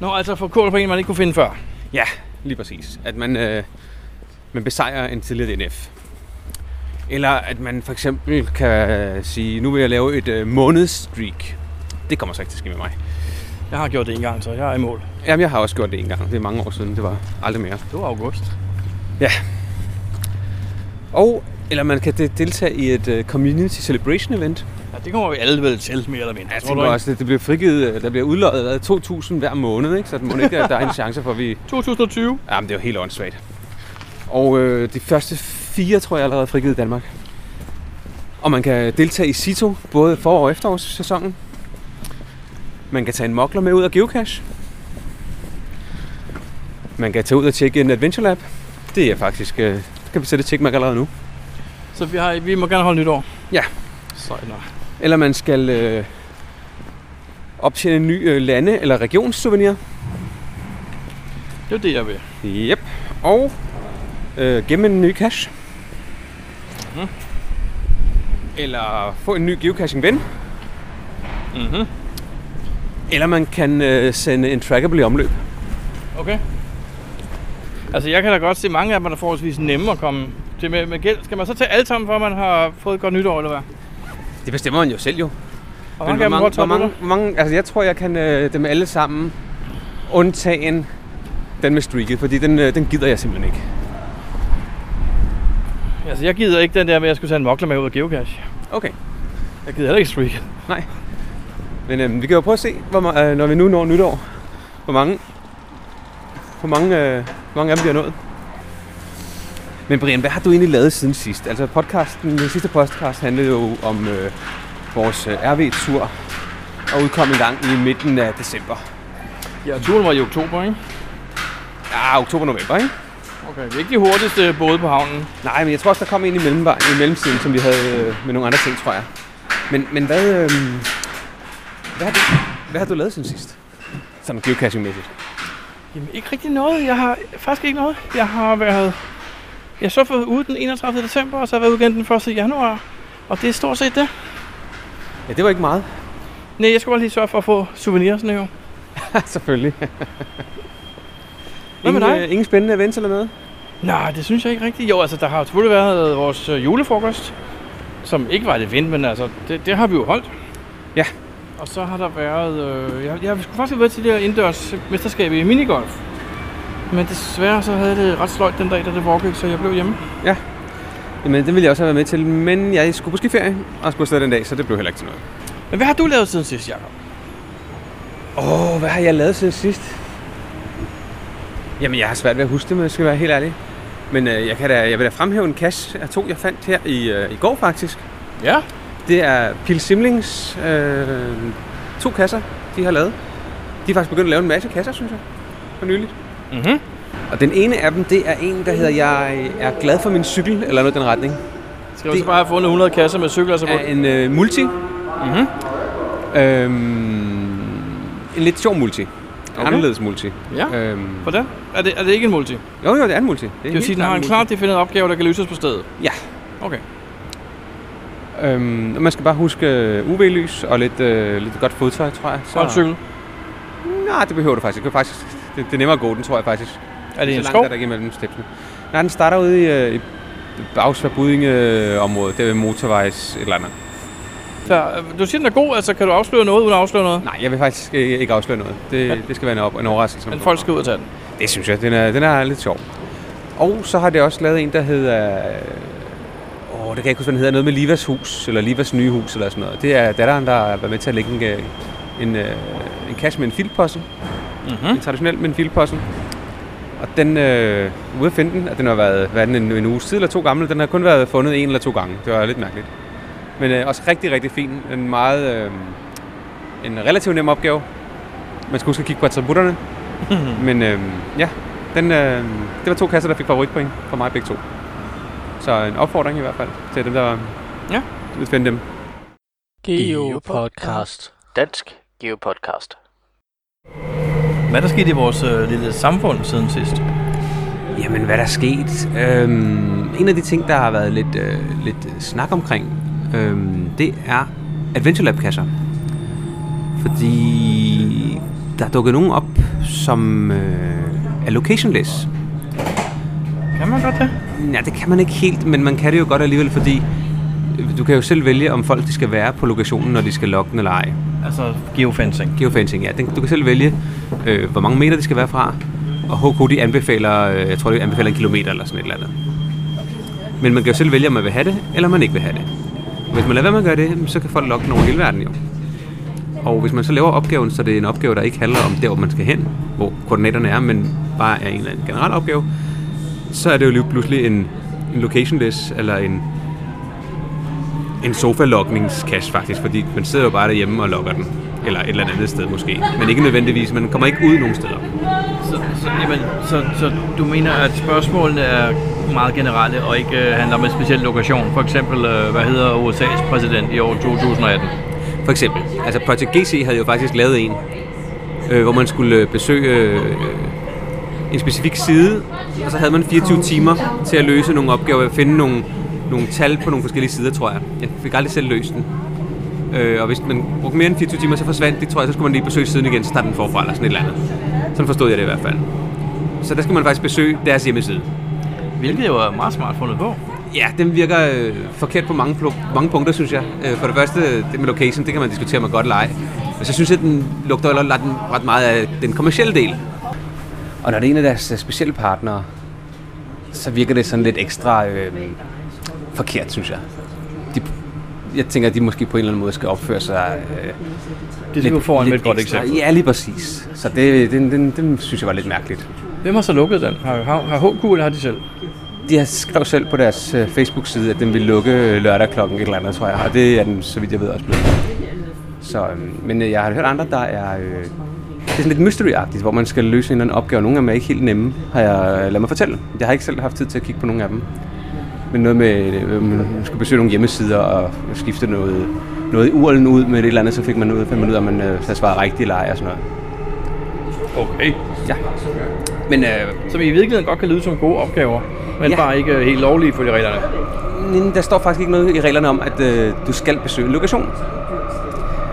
[SPEAKER 1] Nå, altså få kål på en, man ikke kunne finde før.
[SPEAKER 2] Ja, lige præcis. At man, øh, man besejrer en tidligere DNF. Eller at man for eksempel kan øh, sige, nu vil jeg lave et øh, månedsstreak. Det kommer så ikke til at ske med mig.
[SPEAKER 1] Jeg har gjort det en gang, så jeg er i mål.
[SPEAKER 2] Jamen, jeg har også gjort det en gang. Det er mange år siden. Det var aldrig mere.
[SPEAKER 1] Det var august.
[SPEAKER 2] Og, eller man kan de- deltage i et øh, community celebration event.
[SPEAKER 1] Ja, det kommer vi alle vel til, mere eller mindre.
[SPEAKER 2] Jeg
[SPEAKER 1] tror
[SPEAKER 2] tænker
[SPEAKER 1] du
[SPEAKER 2] også, at det bliver frigivet, øh, der bliver udløjet hvad, 2.000 hver måned, ikke? så må det ikke, at der er en chance for, at vi...
[SPEAKER 1] ikke? 2020.
[SPEAKER 2] Jamen, det er jo helt åndssvagt. Og øh, de første fire, tror jeg, er allerede frigivet i Danmark. Og man kan deltage i Sito, både for- og efterårssæsonen. Man kan tage en mokler med ud og geocache. Man kan tage ud og tjekke en Adventure Lab. Det er faktisk... Øh, det kan vi sætte et tjekmærke allerede nu.
[SPEAKER 1] Så vi, har, vi må gerne holde nytår.
[SPEAKER 2] Ja.
[SPEAKER 1] Sejt nok.
[SPEAKER 2] Eller man skal øh, optjene en ny øh, lande- eller regionssouvenir.
[SPEAKER 1] Det er det, jeg vil.
[SPEAKER 2] Yep. Og øh, gemme en ny cash.
[SPEAKER 1] Mhm.
[SPEAKER 2] Mm. Eller få en ny geocaching-ven.
[SPEAKER 1] Mhm.
[SPEAKER 2] Eller man kan øh, sende en trackable i omløb.
[SPEAKER 1] Okay. Altså, jeg kan da godt se mange af dem, der er forholdsvis nemme at komme til med, med gæld. Skal man så tage alle sammen, for at man har fået et godt nytår, eller hvad?
[SPEAKER 2] Det bestemmer man jo selv jo.
[SPEAKER 1] Og
[SPEAKER 2] Men
[SPEAKER 1] mange af dem,
[SPEAKER 2] hvor
[SPEAKER 1] hvor tager
[SPEAKER 2] hvor
[SPEAKER 1] du
[SPEAKER 2] mange, hvor mange, altså jeg tror, jeg kan øh, dem alle sammen, undtagen den med streaket, fordi den, øh, den gider jeg simpelthen ikke.
[SPEAKER 1] dig? Altså, jeg gider ikke den der med, at jeg skulle tage en mokler med ud af geocache.
[SPEAKER 2] Okay.
[SPEAKER 1] Jeg gider heller ikke streak.
[SPEAKER 2] Men øh, vi kan jo prøve at se, hvor, ma- øh, når vi nu når nytår, hvor mange, hvor mange, øh, hvor mange af dem vi har nået. Men Brian, hvad har du egentlig lavet siden sidst? Altså podcasten, den sidste podcast handlede jo om øh, vores øh, RV-tur, og udkom en gang i midten af december.
[SPEAKER 1] Ja, turen var i oktober, ikke?
[SPEAKER 2] Ja, oktober-november, Ah, ikke?
[SPEAKER 1] Okay, vi er ikke de hurtigste både på havnen.
[SPEAKER 2] Nej, men jeg tror også, der kom en i, mellemvej, i mellemtiden, som vi havde øh, med nogle andre ting, tror jeg. Men, men hvad, øh, hvad, har du, hvad har du lavet siden sidst? Sådan geocaching-mæssigt.
[SPEAKER 1] Jamen, ikke rigtig noget. Jeg har faktisk ikke noget. Jeg har været... Jeg så været ude den 31. december, og så har jeg været ude igen den 1. januar. Og det er stort set det.
[SPEAKER 2] Ja, det var ikke meget.
[SPEAKER 1] Nej, jeg skulle bare lige sørge for at få souvenirsene jo.
[SPEAKER 2] Selvfølgelig.
[SPEAKER 1] Hvad med
[SPEAKER 2] <laughs> ingen,
[SPEAKER 1] dig?
[SPEAKER 2] øh, ingen spændende events eller noget?
[SPEAKER 1] Nej, det synes jeg ikke rigtigt. Jo, altså der har jo selvfølgelig været vores øh, julefrokost, som ikke var et event, men altså det, det har vi jo holdt.
[SPEAKER 2] Ja.
[SPEAKER 1] Og så har der været, øh, jeg, jeg skulle faktisk have været til det her indendørs mesterskab i minigolf. Men desværre så havde det ret sløjt den dag, da det foregik, så jeg blev hjemme.
[SPEAKER 2] Jamen, det ville jeg også have været med til, men jeg skulle på skiferie og skulle afsted den dag, så det blev heller ikke til noget.
[SPEAKER 1] Men hvad har du lavet siden sidst, Jacob?
[SPEAKER 2] Åh, oh, hvad har jeg lavet siden sidst? Jamen, jeg har svært ved at huske det, men jeg skal være helt ærlig. Men øh, jeg, kan da, jeg vil da fremhæve en cache af to, jeg fandt her i, øh, i går faktisk.
[SPEAKER 1] Ja.
[SPEAKER 2] Det er Pil Simlings øh, to kasser, de har lavet. De er faktisk begyndt at lave en masse kasser, synes jeg, for nyligt.
[SPEAKER 1] Mhm.
[SPEAKER 2] Og den ene af dem, det er en, der hedder Jeg er glad for min cykel, eller noget i den retning.
[SPEAKER 1] Skal vi
[SPEAKER 2] Det-
[SPEAKER 1] så bare have fundet 100 kasser med cykler så på?
[SPEAKER 2] er en øh, multi.
[SPEAKER 1] Mhm.
[SPEAKER 2] Øhm, en lidt sjov multi. En
[SPEAKER 1] Okay.
[SPEAKER 2] anderledes multi.
[SPEAKER 1] Ja.
[SPEAKER 2] Øhm,
[SPEAKER 1] Hvordan? Er det, er det ikke en multi? Det
[SPEAKER 2] jo, jo, det er en multi. Det, er
[SPEAKER 1] vil sige, den har en klart defineret opgave, der kan løses på stedet.
[SPEAKER 2] Ja.
[SPEAKER 1] Okay.
[SPEAKER 2] Øhm, og man skal bare huske øh, UV-lys og lidt, øh, lidt godt fodtøj, tror jeg.
[SPEAKER 1] Og en cykel.
[SPEAKER 2] Nej, det behøver du faktisk ikke. Det, er faktisk, det, det er nemmere at gå, den tror jeg faktisk.
[SPEAKER 1] Er det
[SPEAKER 2] så
[SPEAKER 1] en
[SPEAKER 2] langt
[SPEAKER 1] skov?
[SPEAKER 2] er der ikke imellem stepsene. Nej, den starter ude i, øh, i Bagsvær-Budinge-området. Det er ved motorvejs et eller andet.
[SPEAKER 1] Så, øh, du siger, den er god, altså kan du afsløre noget uden at afsløre noget?
[SPEAKER 2] Nej, jeg vil faktisk ikke, ikke afsløre noget. Det, ja. det skal være en, op- en overraskelse. når
[SPEAKER 1] Men
[SPEAKER 2] man
[SPEAKER 1] folk
[SPEAKER 2] kommer.
[SPEAKER 1] skal ud og tage den.
[SPEAKER 2] Det synes jeg, den er, den er lidt sjov. Og så har det også lavet en, der hedder... Åh, det kan jeg ikke huske, hvad den hedder. Noget med Livas hus, eller Livas nye hus, eller sådan noget. Det er datteren, der har været med til at lægge en, øh, en, øh, en kasse med en filtposse.
[SPEAKER 1] Mhm.
[SPEAKER 2] En traditionel med en filtposse. Og den, øh, ude at finde den, og den har været, hvad er den, en, en uge siden eller to gammel. Den har kun været fundet en eller to gange. Det var lidt mærkeligt. Men øh, også rigtig, rigtig fin. En meget... Øh, en relativt nem opgave. Man skal huske at kigge på attributterne. Men øh, ja, den, øh, det var to kasser, der fik favoritpoint fra mig begge to. Så en opfordring i hvert fald til dem, der
[SPEAKER 1] Ja.
[SPEAKER 2] vil finde dem.
[SPEAKER 3] Geopodcast. Dansk Geopodcast.
[SPEAKER 1] Hvad er der sket i vores øh, lille samfund siden sidst?
[SPEAKER 2] Jamen, hvad der er sket? Øhm, en af de ting, der har været lidt, øh, lidt snak omkring, øhm, det er Adventure Lab-kasser. Fordi der er dukket nogen op, som øh, er locationless.
[SPEAKER 1] Kan man godt det?
[SPEAKER 2] Ja, det kan man ikke helt, men man kan det jo godt alligevel, fordi øh, du kan jo selv vælge, om folk de skal være på lokationen, når de skal logge den eller ej.
[SPEAKER 1] Altså geofencing.
[SPEAKER 2] Geofencing, ja. Den, du kan selv vælge, øh, hvor mange meter det skal være fra. Og HK, de anbefaler, øh, jeg tror, de anbefaler en kilometer eller sådan et eller andet. Men man kan jo selv vælge, om man vil have det, eller man ikke vil have det. Og hvis man lader være med at gøre det, så kan folk logge den over hele verden jo. Og hvis man så laver opgaven, så det er en opgave, der ikke handler om der, hvor man skal hen, hvor koordinaterne er, men bare er en eller anden generel opgave, så er det jo lige pludselig en, en location list, eller en, en sofa-logningskasse faktisk, fordi man sidder jo bare derhjemme og logger den. Eller et eller andet sted måske. Men ikke nødvendigvis, man kommer ikke ud nogen steder.
[SPEAKER 1] Så, så, jamen, så, så du mener, at spørgsmålene er meget generelle og ikke øh, handler om en speciel lokation? For eksempel, øh, hvad hedder USA's præsident i år 2018?
[SPEAKER 2] For eksempel, altså Project GC havde jo faktisk lavet en, øh, hvor man skulle øh, besøge øh, en specifik side, og så havde man 24 timer til at løse nogle opgaver, finde nogle nogle tal på nogle forskellige sider, tror jeg. Jeg fik aldrig selv løst den. Øh, og hvis man brugte mere end 24 timer, så forsvandt det, tror jeg, så skulle man lige besøge siden igen, så starter den forfra eller sådan et eller andet. Sådan forstod jeg det i hvert fald. Så der skal man faktisk besøge deres hjemmeside.
[SPEAKER 1] Hvilket jo er meget smart fundet på.
[SPEAKER 2] Ja, den virker øh, forkert på mange, plo- mange punkter, synes jeg. Øh, for det første, det med location, det kan man diskutere med godt eller ej. Men så synes jeg, den lugter eller lader den ret meget af den kommercielle del. Og når det er en af deres øh, specielle partnere, så virker det sådan lidt ekstra øh, forkert, synes jeg. De, jeg tænker, at de måske på en eller anden måde skal opføre sig... Øh,
[SPEAKER 1] Det er jo foran med et godt
[SPEAKER 2] ekstra.
[SPEAKER 1] eksempel.
[SPEAKER 2] Ja, lige præcis. Så det, den, den, den synes jeg var lidt mærkeligt.
[SPEAKER 1] Hvem har så lukket den? Har, har, har HK eller har de selv?
[SPEAKER 2] De har skrev selv på deres øh, Facebook-side, at den vil lukke øh, lørdag klokken et eller andet, tror jeg. Og det er den, så vidt jeg ved, også blevet. Så, øh, men øh, jeg har hørt andre, der er... Øh, det er sådan lidt mystery-agtigt, hvor man skal løse en eller anden opgave. Nogle af dem er ikke helt nemme, har jeg øh, lad mig fortælle. Jeg har ikke selv haft tid til at kigge på nogle af dem. Men noget med, øh, man skulle besøge nogle hjemmesider og skifte noget, noget i urlen ud med et eller andet, så fik man ud, fandt man ud af, om man øh, havde svaret rigtigt eller ej og sådan noget.
[SPEAKER 1] Okay.
[SPEAKER 2] Ja. Men øh,
[SPEAKER 1] Som i virkeligheden godt kan lyde som gode opgaver, men ja.
[SPEAKER 2] Ja.
[SPEAKER 1] bare ikke øh, helt lovlige for de reglerne.
[SPEAKER 2] Men øh, Der står faktisk ikke noget i reglerne om, at øh, du skal besøge en lokation.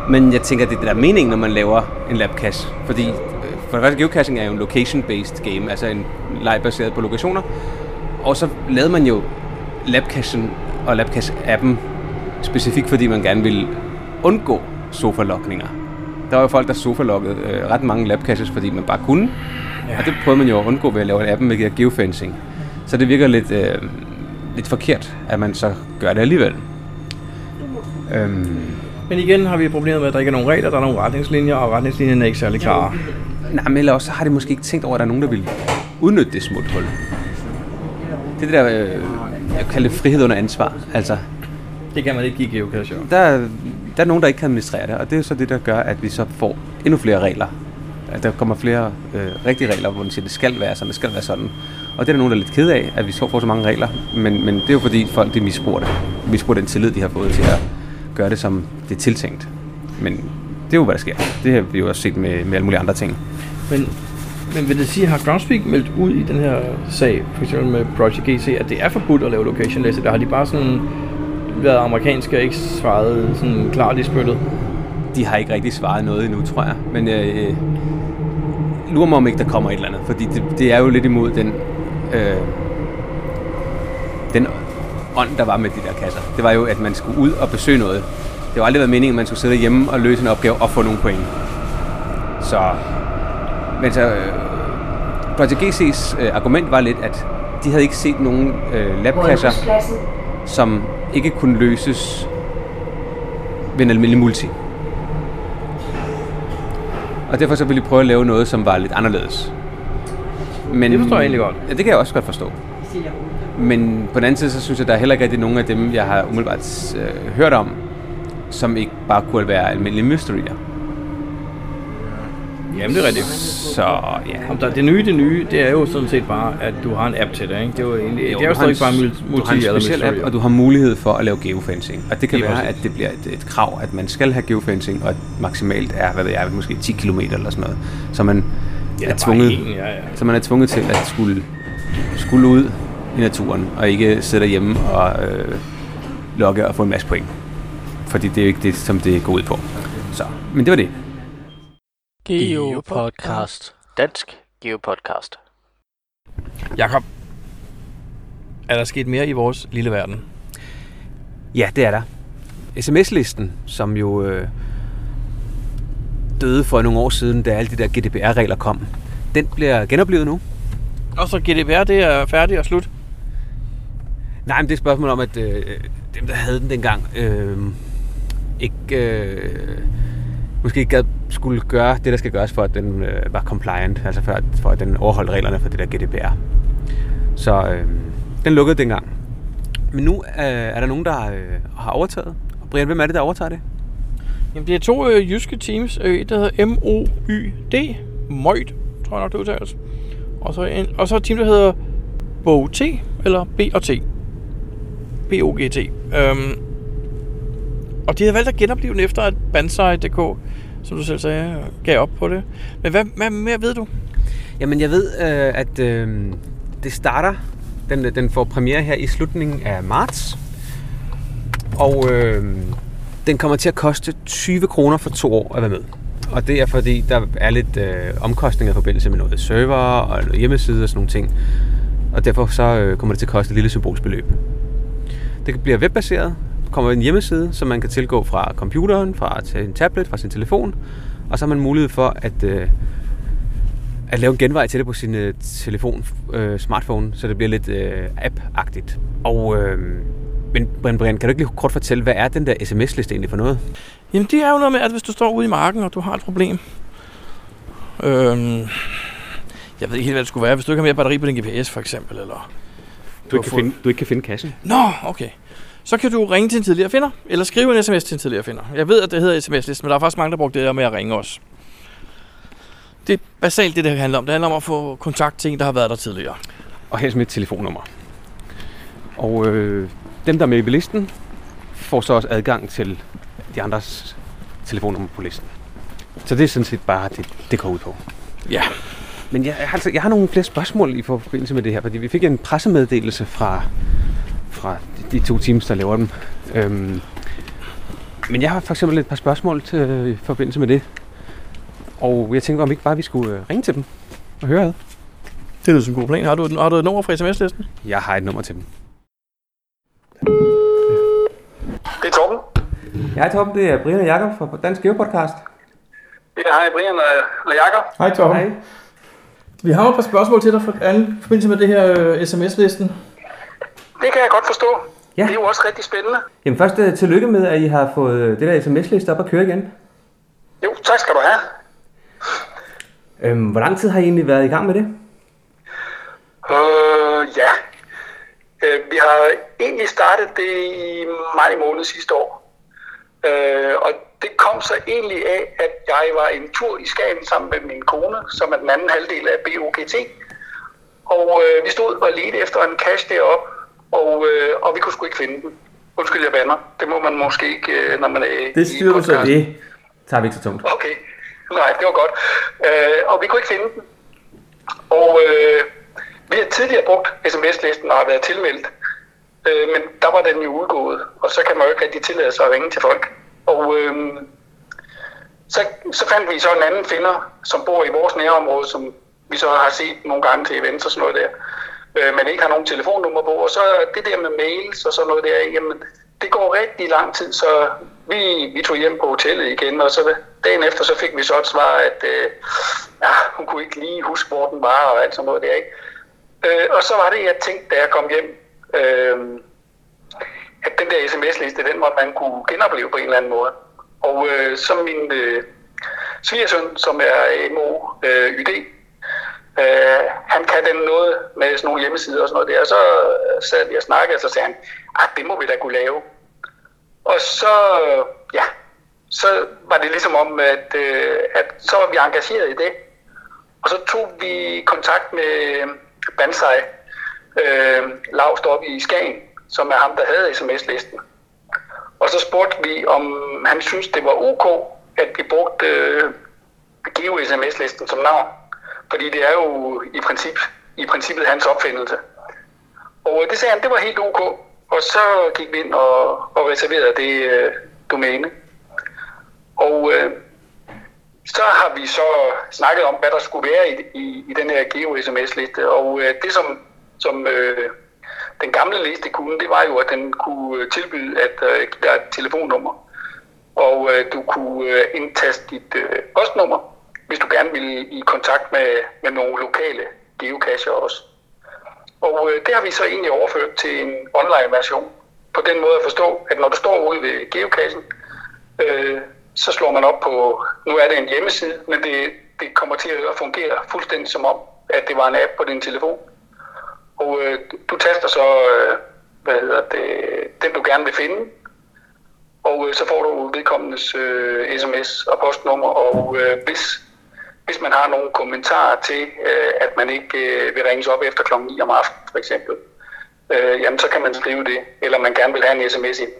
[SPEAKER 2] Men jeg tænker, det er det der er meningen, når man laver en labcache. Fordi øh, for det første, geocaching er jo en location-based game, altså en leg baseret på lokationer. Og så lavede man jo labcachen og labcache-appen specifikt, fordi man gerne ville undgå sofalokninger. Der var jo folk, der sofalokkede øh, ret mange labcaches, fordi man bare kunne. Ja. Og det prøvede man jo at undgå ved at lave en appen med det her geofencing. Så det virker lidt, øh, lidt forkert, at man så gør det alligevel. Øhm,
[SPEAKER 1] Men igen har vi problemet med, at der ikke er nogen regler, der er nogle retningslinjer, og retningslinjerne er ikke særlig klare.
[SPEAKER 2] nej, men ellers så har de måske ikke tænkt over, at der er nogen, der vil udnytte det smutte hul. Det er det der, øh, jeg kalder det frihed under ansvar. Altså,
[SPEAKER 1] Det kan man ikke give geocache. jo.
[SPEAKER 2] der, er- der er nogen, der ikke kan administrere det, og det er så det, der gør, at vi så får endnu flere regler. At der kommer flere øh, rigtige regler, hvor man siger, at det skal være sådan, det skal være sådan. Og det er der nogen, der er lidt ked af, at vi så får så mange regler, men, men det er jo fordi folk de misbruger det. Misbruger den tillid, de har fået til at gøre det, som det er tiltænkt. Men det er jo, hvad der sker. Det har vi jo også set med, med alle mulige andre ting.
[SPEAKER 1] Men, men vil det sige, har Groundspeak meldt ud i den her sag, for eksempel med Project GC, at det er forbudt at lave location lister? Der har de bare sådan været amerikanske og ikke svaret sådan klart i spyttet.
[SPEAKER 2] De har ikke rigtig svaret noget endnu, tror jeg. Men øh, lurer mig om ikke, der kommer et eller andet. Fordi det, det er jo lidt imod den, øh, den ånd, der var med de der kasser. Det var jo, at man skulle ud og besøge noget. Det har jo aldrig været meningen, at man skulle sidde hjemme og løse en opgave og få nogle point. Så... Men så... Øh, Project GC's øh, argument var lidt, at de havde ikke set nogen øh, labkasser, som ikke kunne løses ved en almindelig multi. Og derfor så ville de prøve at lave noget, som var lidt anderledes. Men,
[SPEAKER 1] Det forstår jeg egentlig godt.
[SPEAKER 2] Ja, det kan jeg også godt forstå. Men på den anden side, så synes jeg, der er heller ikke rigtig nogen af dem, jeg har umiddelbart øh, hørt om, som ikke bare kunne være almindelige mysterier.
[SPEAKER 1] Jamen, det er rigtigt.
[SPEAKER 2] Så ja.
[SPEAKER 1] Om der, det nye, det nye, det er jo sådan set bare, at du har en app til det, ikke? Det er jo, egentlig, jo, det er jo
[SPEAKER 2] du har en-
[SPEAKER 1] stadig bare mul-
[SPEAKER 2] Du har
[SPEAKER 1] multi
[SPEAKER 2] en
[SPEAKER 1] eller
[SPEAKER 2] speciel app,
[SPEAKER 1] mystery.
[SPEAKER 2] og du har mulighed for at lave geofencing. Og det kan
[SPEAKER 1] Lige
[SPEAKER 2] være,
[SPEAKER 1] præcis.
[SPEAKER 2] at det bliver et, et krav, at man skal have geofencing, og at maksimalt er, hvad ved jeg, måske 10 km eller sådan noget. Så man,
[SPEAKER 1] der
[SPEAKER 2] er,
[SPEAKER 1] er bare
[SPEAKER 2] tvunget,
[SPEAKER 1] en, ja, ja.
[SPEAKER 2] så man er tvunget til at skulle, skulle ud i naturen, og ikke sidde derhjemme og øh, logge og få en masse point. Fordi det er jo ikke det, som det går ud på. Så, men det var det.
[SPEAKER 3] Geopodcast. Dansk Geopodcast.
[SPEAKER 1] Jakob, er der sket mere i vores lille verden?
[SPEAKER 2] Ja, det er der. SMS-listen, som jo øh, døde for nogle år siden, da alle de der GDPR-regler kom, den bliver genoplevet nu.
[SPEAKER 1] Og så GDPR, det er færdigt og slut.
[SPEAKER 2] Nej, men det er et spørgsmål om, at øh, dem, der havde den dengang, øh, ikke, øh, måske ikke gad, skulle gøre det, der skal gøres for, at den øh, var compliant, altså for, at- for at den overholdt reglerne for det der GDPR. Så øh, den lukkede dengang. Men nu øh, er der nogen, der øh, har overtaget. Og Brian, hvem er det, der overtager det?
[SPEAKER 1] Jamen, det er to øh, jyske teams. Øh, et, der hedder M-O-Y-D. Møjt, tror jeg nok, det udtales. Og så, en, og så et team, der hedder BOT, eller B og T. B-O-G-T. Øhm, og de havde valgt at genopleve den efter, at Banzai.dk, som du selv sagde, gav op på det. Men hvad, hvad mere ved du?
[SPEAKER 2] Jamen, jeg ved, øh, at øh, det starter, den, den får premiere her i slutningen af marts. Og øh, den kommer til at koste 20 kroner for to år at være med. Og det er fordi, der er lidt øh, omkostninger i forbindelse med noget server og noget hjemmeside og sådan nogle ting. Og derfor så øh, kommer det til at koste et lille symbolsbeløb. Det bliver webbaseret, kommer en hjemmeside, som man kan tilgå fra computeren, fra til en tablet, fra sin telefon. Og så har man mulighed for at, øh, at lave en genvej til det på sin øh, telefon, øh, smartphone, så det bliver lidt øh, app-agtigt. Og, øh, men Brian, Brian, kan du ikke lige kort fortælle, hvad er den der sms-liste egentlig for noget?
[SPEAKER 1] Jamen det er jo noget med, at hvis du står ude i marken, og du har et problem. Øhm, jeg ved ikke helt, hvad det skulle være. Hvis du ikke har mere batteri på din GPS, for eksempel, eller... har fået-
[SPEAKER 2] du ikke kan finde kassen?
[SPEAKER 1] Nå, okay. Så kan du ringe til en tidligere finder, eller skrive en sms til en tidligere finder. Jeg ved, at det hedder sms-listen, men der er faktisk mange, der brugte det der med at ringe os. Det er basalt det, det handler om. Det handler om at få kontakt til en, der har været der tidligere.
[SPEAKER 2] og helst med et telefonnummer. Og øh, dem, der er med på listen, får så også adgang til de andres telefonnummer på listen. Så det er sådan set bare det, det går ud på.
[SPEAKER 1] Ja.
[SPEAKER 2] Men jeg, har altså, jeg har nogle flere spørgsmål i forbindelse med det her, fordi vi fik en pressemeddelelse fra, fra de to teams, der laver dem. Øhm, men jeg har for eksempel et par spørgsmål til, i forbindelse med det. Og jeg tænker, om ikke bare vi skulle øh, ringe til dem og høre ad.
[SPEAKER 1] Det lyder som en god plan. Har du, et- har du et nummer fra sms-listen?
[SPEAKER 2] Jeg har et nummer til dem.
[SPEAKER 4] Det er Torben.
[SPEAKER 2] Hej Torben, det er Brian og Jakob fra Dansk Geopodcast.
[SPEAKER 4] Ja, hej Brian og, og Jakob.
[SPEAKER 1] Hej, Tom.
[SPEAKER 2] Hej.
[SPEAKER 1] Vi har jo et par spørgsmål til dig for, anden, i forbindelse med det her øh, sms-listen.
[SPEAKER 4] Det kan jeg godt forstå.
[SPEAKER 2] Ja.
[SPEAKER 4] Det er jo også rigtig spændende.
[SPEAKER 2] Jamen først øh, tillykke med, at I har fået øh, det der sms-liste op at køre igen.
[SPEAKER 4] Jo, tak skal du have.
[SPEAKER 2] Øhm, hvor lang tid har I egentlig været i gang med det?
[SPEAKER 4] Øh, ja. Øh, vi har egentlig startet det i maj måned sidste år. Øh, og det kom så egentlig af, at jeg var en tur i Skagen sammen med min kone, som er den anden halvdel af BOGT. Og øh, vi stod og ledte efter en cash deroppe, og, øh, og vi kunne sgu ikke finde den. Undskyld, jeg banner. Det må man måske ikke, øh, når man er i podcast.
[SPEAKER 2] Det tager vi ikke så tungt.
[SPEAKER 4] Okay. Nej, det var godt. Øh, og vi kunne ikke finde den. Og øh, vi har tidligere brugt sms-listen og har været tilmeldt. Øh, men der var den jo udgået, og så kan man jo ikke rigtig tillade sig at ringe til folk. Og øh, så, så fandt vi så en anden finder, som bor i vores nærområde, som vi så har set nogle gange til events og sådan noget der. Øh, men ikke har nogen telefonnummer på. Og så det der med mails og sådan noget der, jamen det går rigtig lang tid, så vi, vi tog hjem på hotellet igen, og så dagen efter så fik vi så et svar, at øh, ja, hun kunne ikke lige huske, hvor den var og alt sådan noget der, ikke? Øh, og så var det, jeg tænkte, da jeg kom hjem, øh, at den der sms-liste, den måtte man kunne genopleve på en eller anden måde. Og øh, som min øh, svigersøn, som er MO øh, YD, øh, han kan den noget med sådan nogle hjemmesider og sådan noget der. Og så øh, sad vi og snakkede, og så sagde han, at det må vi da kunne lave. Og så, øh, ja, så var det ligesom om, at, øh, at så var vi engageret i det. Og så tog vi kontakt med Bansai, øh, Lavst op i Skagen, som er ham, der havde sms-listen. Og så spurgte vi, om han syntes, det var ok, at vi brugte øh, Geo sms-listen som navn. Fordi det er jo i, princip, i princippet hans opfindelse. Og øh, det sagde han, det var helt ok. Og så gik vi ind og, og reserverede det øh, domæne. Og øh, så har vi så snakket om, hvad der skulle være i, i, i den her geo-sms-liste. Og øh, det, som, som øh, den gamle liste kunne, det var jo, at den kunne øh, tilbyde, at øh, give dig et telefonnummer. Og øh, du kunne øh, indtaste dit øh, postnummer, hvis du gerne ville i kontakt med, med nogle lokale geocacher også. Og øh, det har vi så egentlig overført til en online version. På den måde at forstå, at når du står ude ved geocachen, øh, så slår man op på, nu er det en hjemmeside, men det, det kommer til at fungere fuldstændig som om, at det var en app på din telefon. Og øh, du taster så, øh, hvad hedder det, den du gerne vil finde, og øh, så får du vedkommendes øh, sms og postnummer, og øh, hvis, hvis man har nogle kommentarer til, øh, at man ikke øh, vil ringes op efter klokken 9 om aftenen, for eksempel, øh, jamen så kan man skrive det, eller man gerne vil have en sms ind.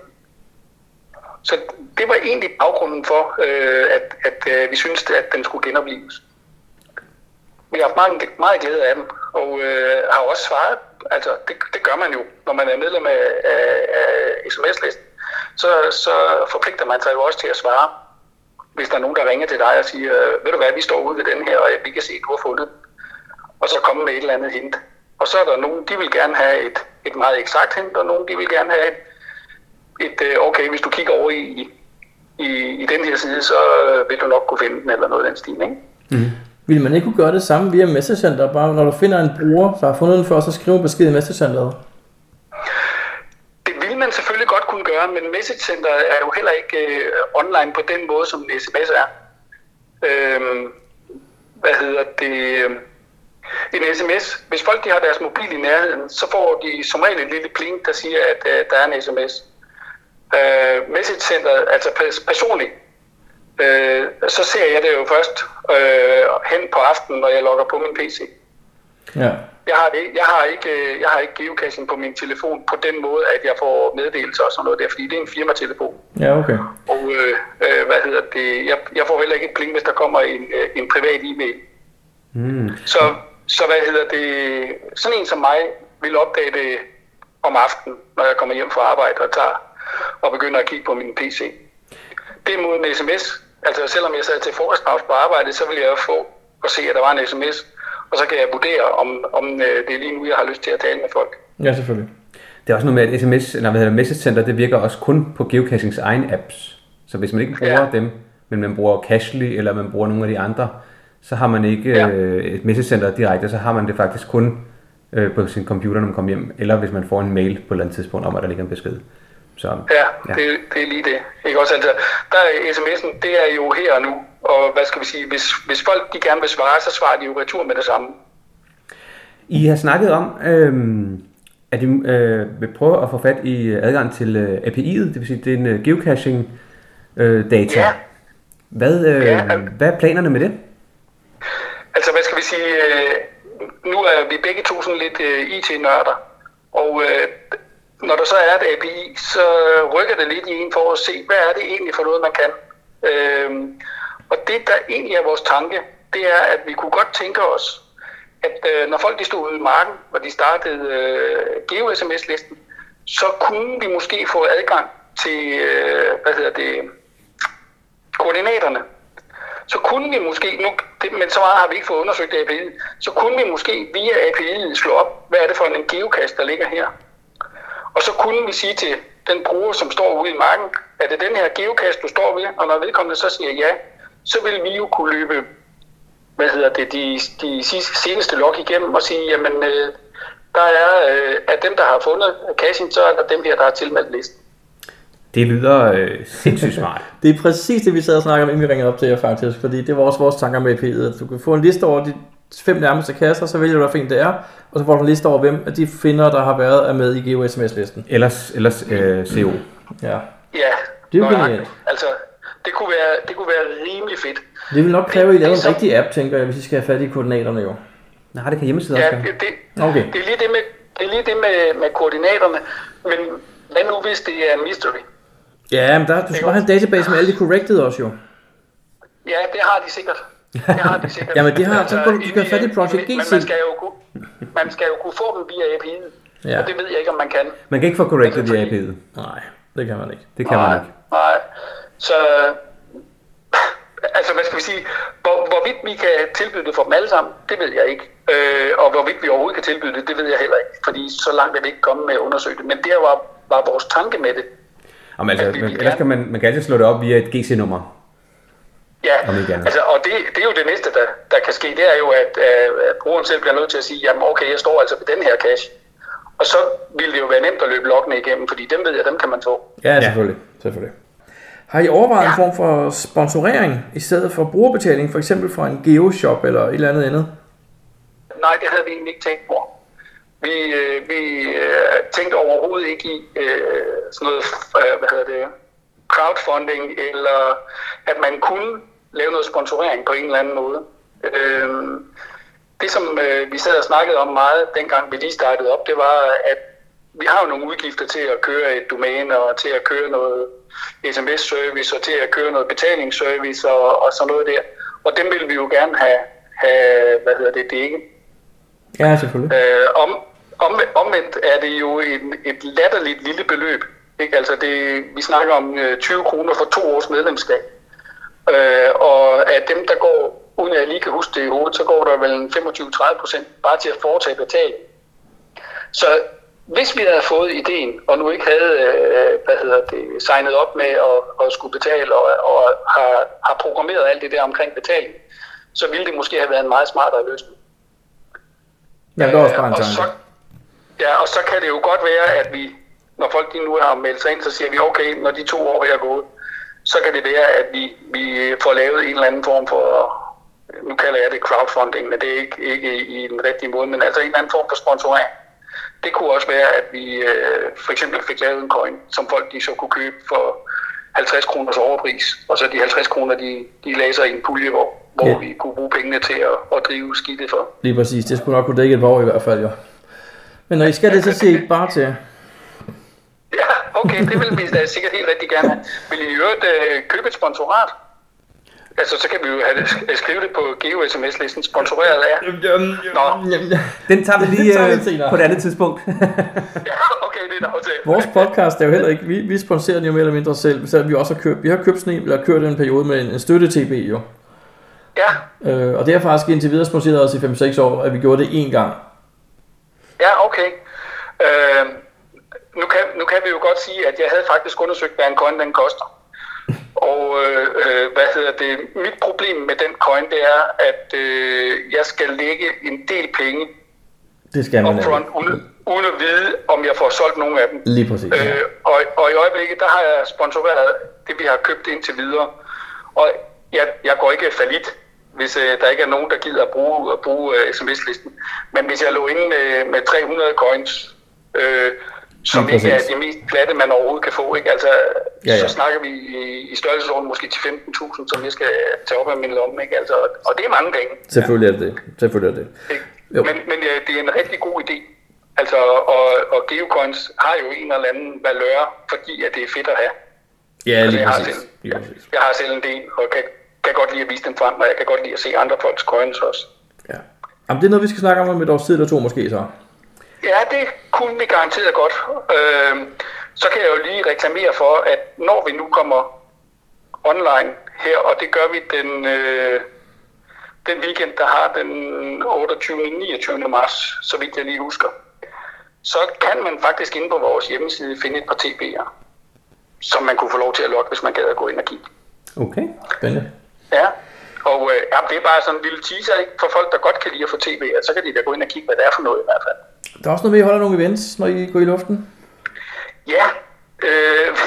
[SPEAKER 4] Så det var egentlig baggrunden for, øh, at, at øh, vi syntes, at den skulle genopleves. Vi har haft meget, meget glæde af dem, og øh, har også svaret. Altså, det, det gør man jo, når man er medlem af, af, af sms-listen. så, så forpligter man sig jo også til at svare, hvis der er nogen, der ringer til dig og siger, øh, ved du hvad, vi står ude ved den her, og vi kan se, at du har fundet den." og så komme med et eller andet hint. Og så er der nogen, de vil gerne have et, et meget eksakt hint, og nogen, de vil gerne have et, et øh, okay, hvis du kigger over i, i- i, i den her side, så øh, vil du nok kunne finde den, eller noget af den stil, ikke?
[SPEAKER 5] Vil man ikke kunne gøre det samme via Messenger, bare når du finder en bruger, der har fundet den før, så skriver besked i Messagecenteret?
[SPEAKER 4] Det vil man selvfølgelig godt kunne gøre, men Message Center er jo heller ikke øh, online på den måde, som en sms er. Øhm, hvad hedder det? øhm, En sms. Hvis folk de har deres mobil i nærheden, så får de som regel et lille pling, der siger, at øh, der er en sms. Øh, message Center, altså pers- personligt, øh, så ser jeg det jo først øh, hen på aftenen, når jeg logger på min PC.
[SPEAKER 5] Ja.
[SPEAKER 4] Jeg har, det, jeg har ikke, øh, jeg har ikke geocaching på min telefon på den måde, at jeg får meddelelser og sådan noget der, fordi det er en firmatelefon.
[SPEAKER 5] Ja, okay.
[SPEAKER 4] Og øh, øh, hvad hedder det, jeg, jeg får heller ikke et pling, hvis der kommer en, øh, en privat e-mail.
[SPEAKER 5] Hmm.
[SPEAKER 4] Mm. Så, så hvad hedder det, sådan en som mig vil opdage det om aftenen, når jeg kommer hjem fra arbejde og tager og begynder at kigge på min PC. Det er mod en sms. Altså selvom jeg sad til frokostpause på arbejde, så ville jeg jo få og se, at der var en sms. Og så kan jeg vurdere, om, om øh, det er lige nu, jeg har lyst til at tale med folk.
[SPEAKER 5] Ja, selvfølgelig.
[SPEAKER 2] Det er også noget med, at sms, eller hvad hedder det, Message Center, det virker også kun på geocachings egen apps. Så hvis man ikke bruger ja.
[SPEAKER 4] Ja.
[SPEAKER 2] dem, men man bruger Cashly, eller man bruger nogle af de andre, så har man ikke ja.
[SPEAKER 4] Ja.
[SPEAKER 2] øh, et Message Center direkte, så har man det faktisk kun øh, på sin computer, når man kommer hjem, eller hvis man får en mail på et eller andet tidspunkt om, at der ligger en besked. Så,
[SPEAKER 4] Ja,
[SPEAKER 2] Ja.
[SPEAKER 4] ja. Det, det er lige det. Ikke også altså, der er sms'en, det er jo her og nu. Og hvad skal vi sige, hvis, hvis folk de gerne vil svare, så svarer de jo retur med det samme.
[SPEAKER 2] I har snakket om, øh, at I øh, vil prøve at få fat i øh, adgang til øh, API'et, det vil sige, det er en øh, geocaching-data.
[SPEAKER 4] Ja.
[SPEAKER 2] Hvad, øh,
[SPEAKER 4] Ja,
[SPEAKER 2] ja.
[SPEAKER 4] al-
[SPEAKER 2] hvad er planerne med det?
[SPEAKER 4] Altså, hvad skal vi sige, øh, nu er vi begge to sådan lidt øh, IT-nørder, og øh, når der så er et API, så rykker det lidt i en for at se, hvad er det egentlig for noget, man kan. Øh, og det, der egentlig er vores tanke, det er, at vi kunne godt tænke os, at øh, når folk de stod ude i marken, og de startede øh, geo-sms-listen, så kunne vi måske få adgang til, øh, hvad hedder det, koordinaterne. Så kunne vi måske, nu, det, men så meget har vi ikke fået undersøgt API'en, så kunne vi måske via API'en slå op, hvad er det for en geokast, der ligger her. Og så kunne vi sige til den bruger, som står ude i marken, er det den her geokast, du står ved? Og når vedkommende så siger ja, så vil vi jo kunne løbe hvad hedder det, de, de sidste, seneste log igennem og sige, jamen, øh, der er, øh, af dem, der har fundet cashen, så er der dem her, der har tilmeldt listen.
[SPEAKER 2] Det lyder øh, sindssygt smart. <laughs>
[SPEAKER 5] Det er præcis det, vi sad og snakkede om, inden vi ringede op til jer faktisk, fordi det var også vores tanker med API'et, at du kan få en liste over de fem nærmeste kasser, så vælger du, hvad for en det er, og så får du en liste over, hvem af de finder, der har været, er med i GeoSMS-listen.
[SPEAKER 2] Ellers, ellers øh, CO.
[SPEAKER 5] Ja.
[SPEAKER 4] Ja,
[SPEAKER 5] Det er jo
[SPEAKER 4] nøjagtigt.
[SPEAKER 5] genialt.
[SPEAKER 4] Altså, det kunne, være, det kunne være rimelig fedt.
[SPEAKER 5] Det vil nok kræve, at I laver
[SPEAKER 4] Det er så-
[SPEAKER 5] en rigtig app, tænker jeg, hvis I skal have fat i koordinaterne jo.
[SPEAKER 2] Nej, det kan hjemmesiden
[SPEAKER 4] Ja,
[SPEAKER 2] også
[SPEAKER 4] det,
[SPEAKER 2] gøre.
[SPEAKER 4] det,
[SPEAKER 5] Okay.
[SPEAKER 4] det er lige det med, det er lige det med, med koordinaterne. Men hvad nu, hvis det er mystery?
[SPEAKER 5] Ja, men der, du skal bare have en database med alle de corrected også jo.
[SPEAKER 4] Ja, det har de sikkert. Det har
[SPEAKER 5] <laughs>
[SPEAKER 4] de sikkert. Altså,
[SPEAKER 5] Jamen, det har- så må du- du kan
[SPEAKER 4] i- øh,
[SPEAKER 5] have fat i Project
[SPEAKER 4] Men
[SPEAKER 5] GC.
[SPEAKER 4] man skal, jo kunne, man skal jo kunne få dem via API'en.
[SPEAKER 5] Ja.
[SPEAKER 4] Ja. Og det ved jeg ikke, om man kan. Altså,
[SPEAKER 2] Man kan ikke få corrected i API'et.
[SPEAKER 5] Nej, det kan man ikke.
[SPEAKER 2] Det kan man
[SPEAKER 4] Nej,
[SPEAKER 2] ikke.
[SPEAKER 4] Nej. Så, altså hvad skal vi sige, hvor, hvorvidt vi kan tilbyde det for dem alle sammen, det ved jeg ikke. Øh, og hvorvidt vi overhovedet kan tilbyde det, det ved jeg heller ikke. Fordi så langt er vi ikke kommet med at undersøge det. Men det var, var vores tanke med det.
[SPEAKER 2] Jamen, altså,
[SPEAKER 4] Ja, vi
[SPEAKER 2] man,
[SPEAKER 4] vil
[SPEAKER 2] ellers
[SPEAKER 4] gerne.
[SPEAKER 2] kan man, man kan altid slå det op via et GC-nummer.
[SPEAKER 4] Ja,
[SPEAKER 2] Om ikke andet.
[SPEAKER 4] altså, og det, det er jo det næste, der, der kan ske, det er jo, at, øh, at brugeren selv bliver nødt til at sige, jamen okay, jeg står altså ved den her cache. Og så ville det jo være nemt at løbe loggene igennem, fordi dem ved jeg, dem kan man få.
[SPEAKER 5] Ja, selvfølgelig. selvfølgelig. Har I overvejet ja. en form for sponsorering i stedet for brugerbetaling, for eksempel fra en geoshop eller et eller andet andet?
[SPEAKER 4] Nej, det havde vi egentlig ikke tænkt på. Vi, øh, vi øh, tænkte overhovedet ikke i øh, sådan noget, øh, hvad hedder det, crowdfunding, eller at man kunne lave noget sponsorering på en eller anden måde. Øh, det, som øh, vi sad og snakkede om meget, dengang vi lige startede op, det var, at vi har jo nogle udgifter til at køre et domæne, og til at køre noget sms-service, og til at køre noget betalingsservice, og, og sådan noget der. Og dem ville vi jo gerne have, have hvad hedder det, dækket.
[SPEAKER 5] Ja, selvfølgelig.
[SPEAKER 4] Øh, om, om, omvendt er det jo en, et latterligt lille beløb, Ikke? Altså det, vi snakker om øh, 20 kroner for to års medlemskab. Øh, og af dem, der går, uden at jeg lige kan huske det i hovedet, så går der vel en 25-30 procent bare til at foretage betaling. Så hvis vi havde fået ideen, og nu ikke havde øh, hvad hedder det, signet op med at, at skulle betale, og, og har, har programmeret alt det der omkring betaling, så ville det måske have været en meget smartere løsning.
[SPEAKER 5] Ja, det var også bare en
[SPEAKER 4] Øh, og
[SPEAKER 5] tanke.
[SPEAKER 4] så, ja, og så kan det jo godt være, at vi, når folk lige nu har meldt sig ind, så siger vi, okay, når de to år her er gået, så kan det være, at vi, vi får lavet en eller anden form for, nu kalder jeg det crowdfunding, men det er ikke, ikke i den rigtige måde, men altså en eller anden form for sponsorering. Det kunne også være, at vi øh, for eksempel fik lavet en coin, som folk de så kunne købe for 50 kroners overpris, og så de 50 kroner, de, de lagde sig i en pulje, hvor, hvor
[SPEAKER 5] Ja.
[SPEAKER 4] vi kunne bruge pengene til at, at drive skidtet for.
[SPEAKER 5] Lige præcis. Det skulle nok kunne dække et par år i hvert fald, jo. Men når I skal det, så siger I bare til.
[SPEAKER 4] Ja, okay, det vil vi da sikkert helt rigtig gerne. have. Vil I i øvrigt øh, købe et sponsorat? Altså, så kan vi jo have det, sk- skrive det på geo-sms-listen, sponsoreret af. Nå,
[SPEAKER 2] Den
[SPEAKER 5] <laughs>
[SPEAKER 2] tager vi lige
[SPEAKER 5] Den tager vi
[SPEAKER 2] øh,
[SPEAKER 5] senere.
[SPEAKER 2] på et andet tidspunkt.
[SPEAKER 4] ja, okay, det er en aftale.
[SPEAKER 5] Vores podcast er jo heller ikke, vi, vi sponsorerer den jo mere eller mindre selv, så vi også har købt, vi har købt sådan en, eller kørt en periode med en, en støtte-TB jo.
[SPEAKER 4] Ja,
[SPEAKER 5] Øh, og det har faktisk indtil videre sponsoreret os i 5-6 år, at vi gjorde det én gang.
[SPEAKER 4] ja, okay. Øh, nu, kan, nu kan vi jo godt sige, at jeg havde faktisk undersøgt, hvad en coin den koster. Og øh, øh, hvad hedder det? Mit problem med den coin, det er, at øh, jeg skal lægge en del penge
[SPEAKER 5] Det skal man
[SPEAKER 4] upfront,
[SPEAKER 5] nemlig.
[SPEAKER 4] uden, uden at vide, om jeg får solgt nogen af dem.
[SPEAKER 5] Lige præcis. Ja.
[SPEAKER 4] Øh, og, og i øjeblikket, der har jeg sponsoreret det, vi har købt indtil videre. Og jeg, jeg går ikke falit, hvis øh, der ikke er nogen, der gider at bruge, at bruge øh, sms-listen. Men hvis jeg lå inde med, med 300 coins, øh, som
[SPEAKER 5] Lige
[SPEAKER 4] ikke er
[SPEAKER 5] præcis.
[SPEAKER 4] de mest glatte, man overhovedet kan få, ikke? Altså,
[SPEAKER 5] Ja,
[SPEAKER 4] ja,
[SPEAKER 5] ja.
[SPEAKER 4] ja. så snakker vi i, i størrelsesorden måske til 15.000, som jeg skal tage op af min lomme. Ikke? Altså, og det er mange penge.
[SPEAKER 5] Selvfølgelig er det det. Selvfølgelig er det.
[SPEAKER 4] Ikke?
[SPEAKER 5] Jo.
[SPEAKER 4] Men, men ja, det er en rigtig god idé. Altså, og, og geocoins har jo en eller anden valør, fordi at det er fedt at have.
[SPEAKER 5] Ja,
[SPEAKER 4] Altså,
[SPEAKER 5] lige
[SPEAKER 4] jeg har
[SPEAKER 5] præcis.
[SPEAKER 4] selv-
[SPEAKER 5] Lige præcis.
[SPEAKER 4] Jeg har selv en del, og kan, kan godt lide at vise den frem, og jeg kan godt lide at se andre folks coins også.
[SPEAKER 5] Ja. Jamen, det er noget, vi skal snakke om om et års tid eller to måske så.
[SPEAKER 4] Ja, det kunne vi garanteret godt. Øhm, så kan jeg jo lige reklamere for, at når vi nu kommer online her, og det gør vi den, øh, den weekend, der har den 28. 29. marts, så vidt jeg lige husker, så kan man faktisk inde på vores hjemmeside finde et par TB'er, som man kunne få lov til at logge, hvis man gad at gå ind og kigge.
[SPEAKER 5] Okay. Spændende.
[SPEAKER 4] Ja, og øh, ja, det er bare sådan en lille teaser ikke? for folk, der godt kan lide at få TB'er, så kan de da gå ind og kigge, hvad det er for noget i hvert fald.
[SPEAKER 5] Der er også noget med, at I holder nogle events, når I går i luften.
[SPEAKER 4] Ja, øh,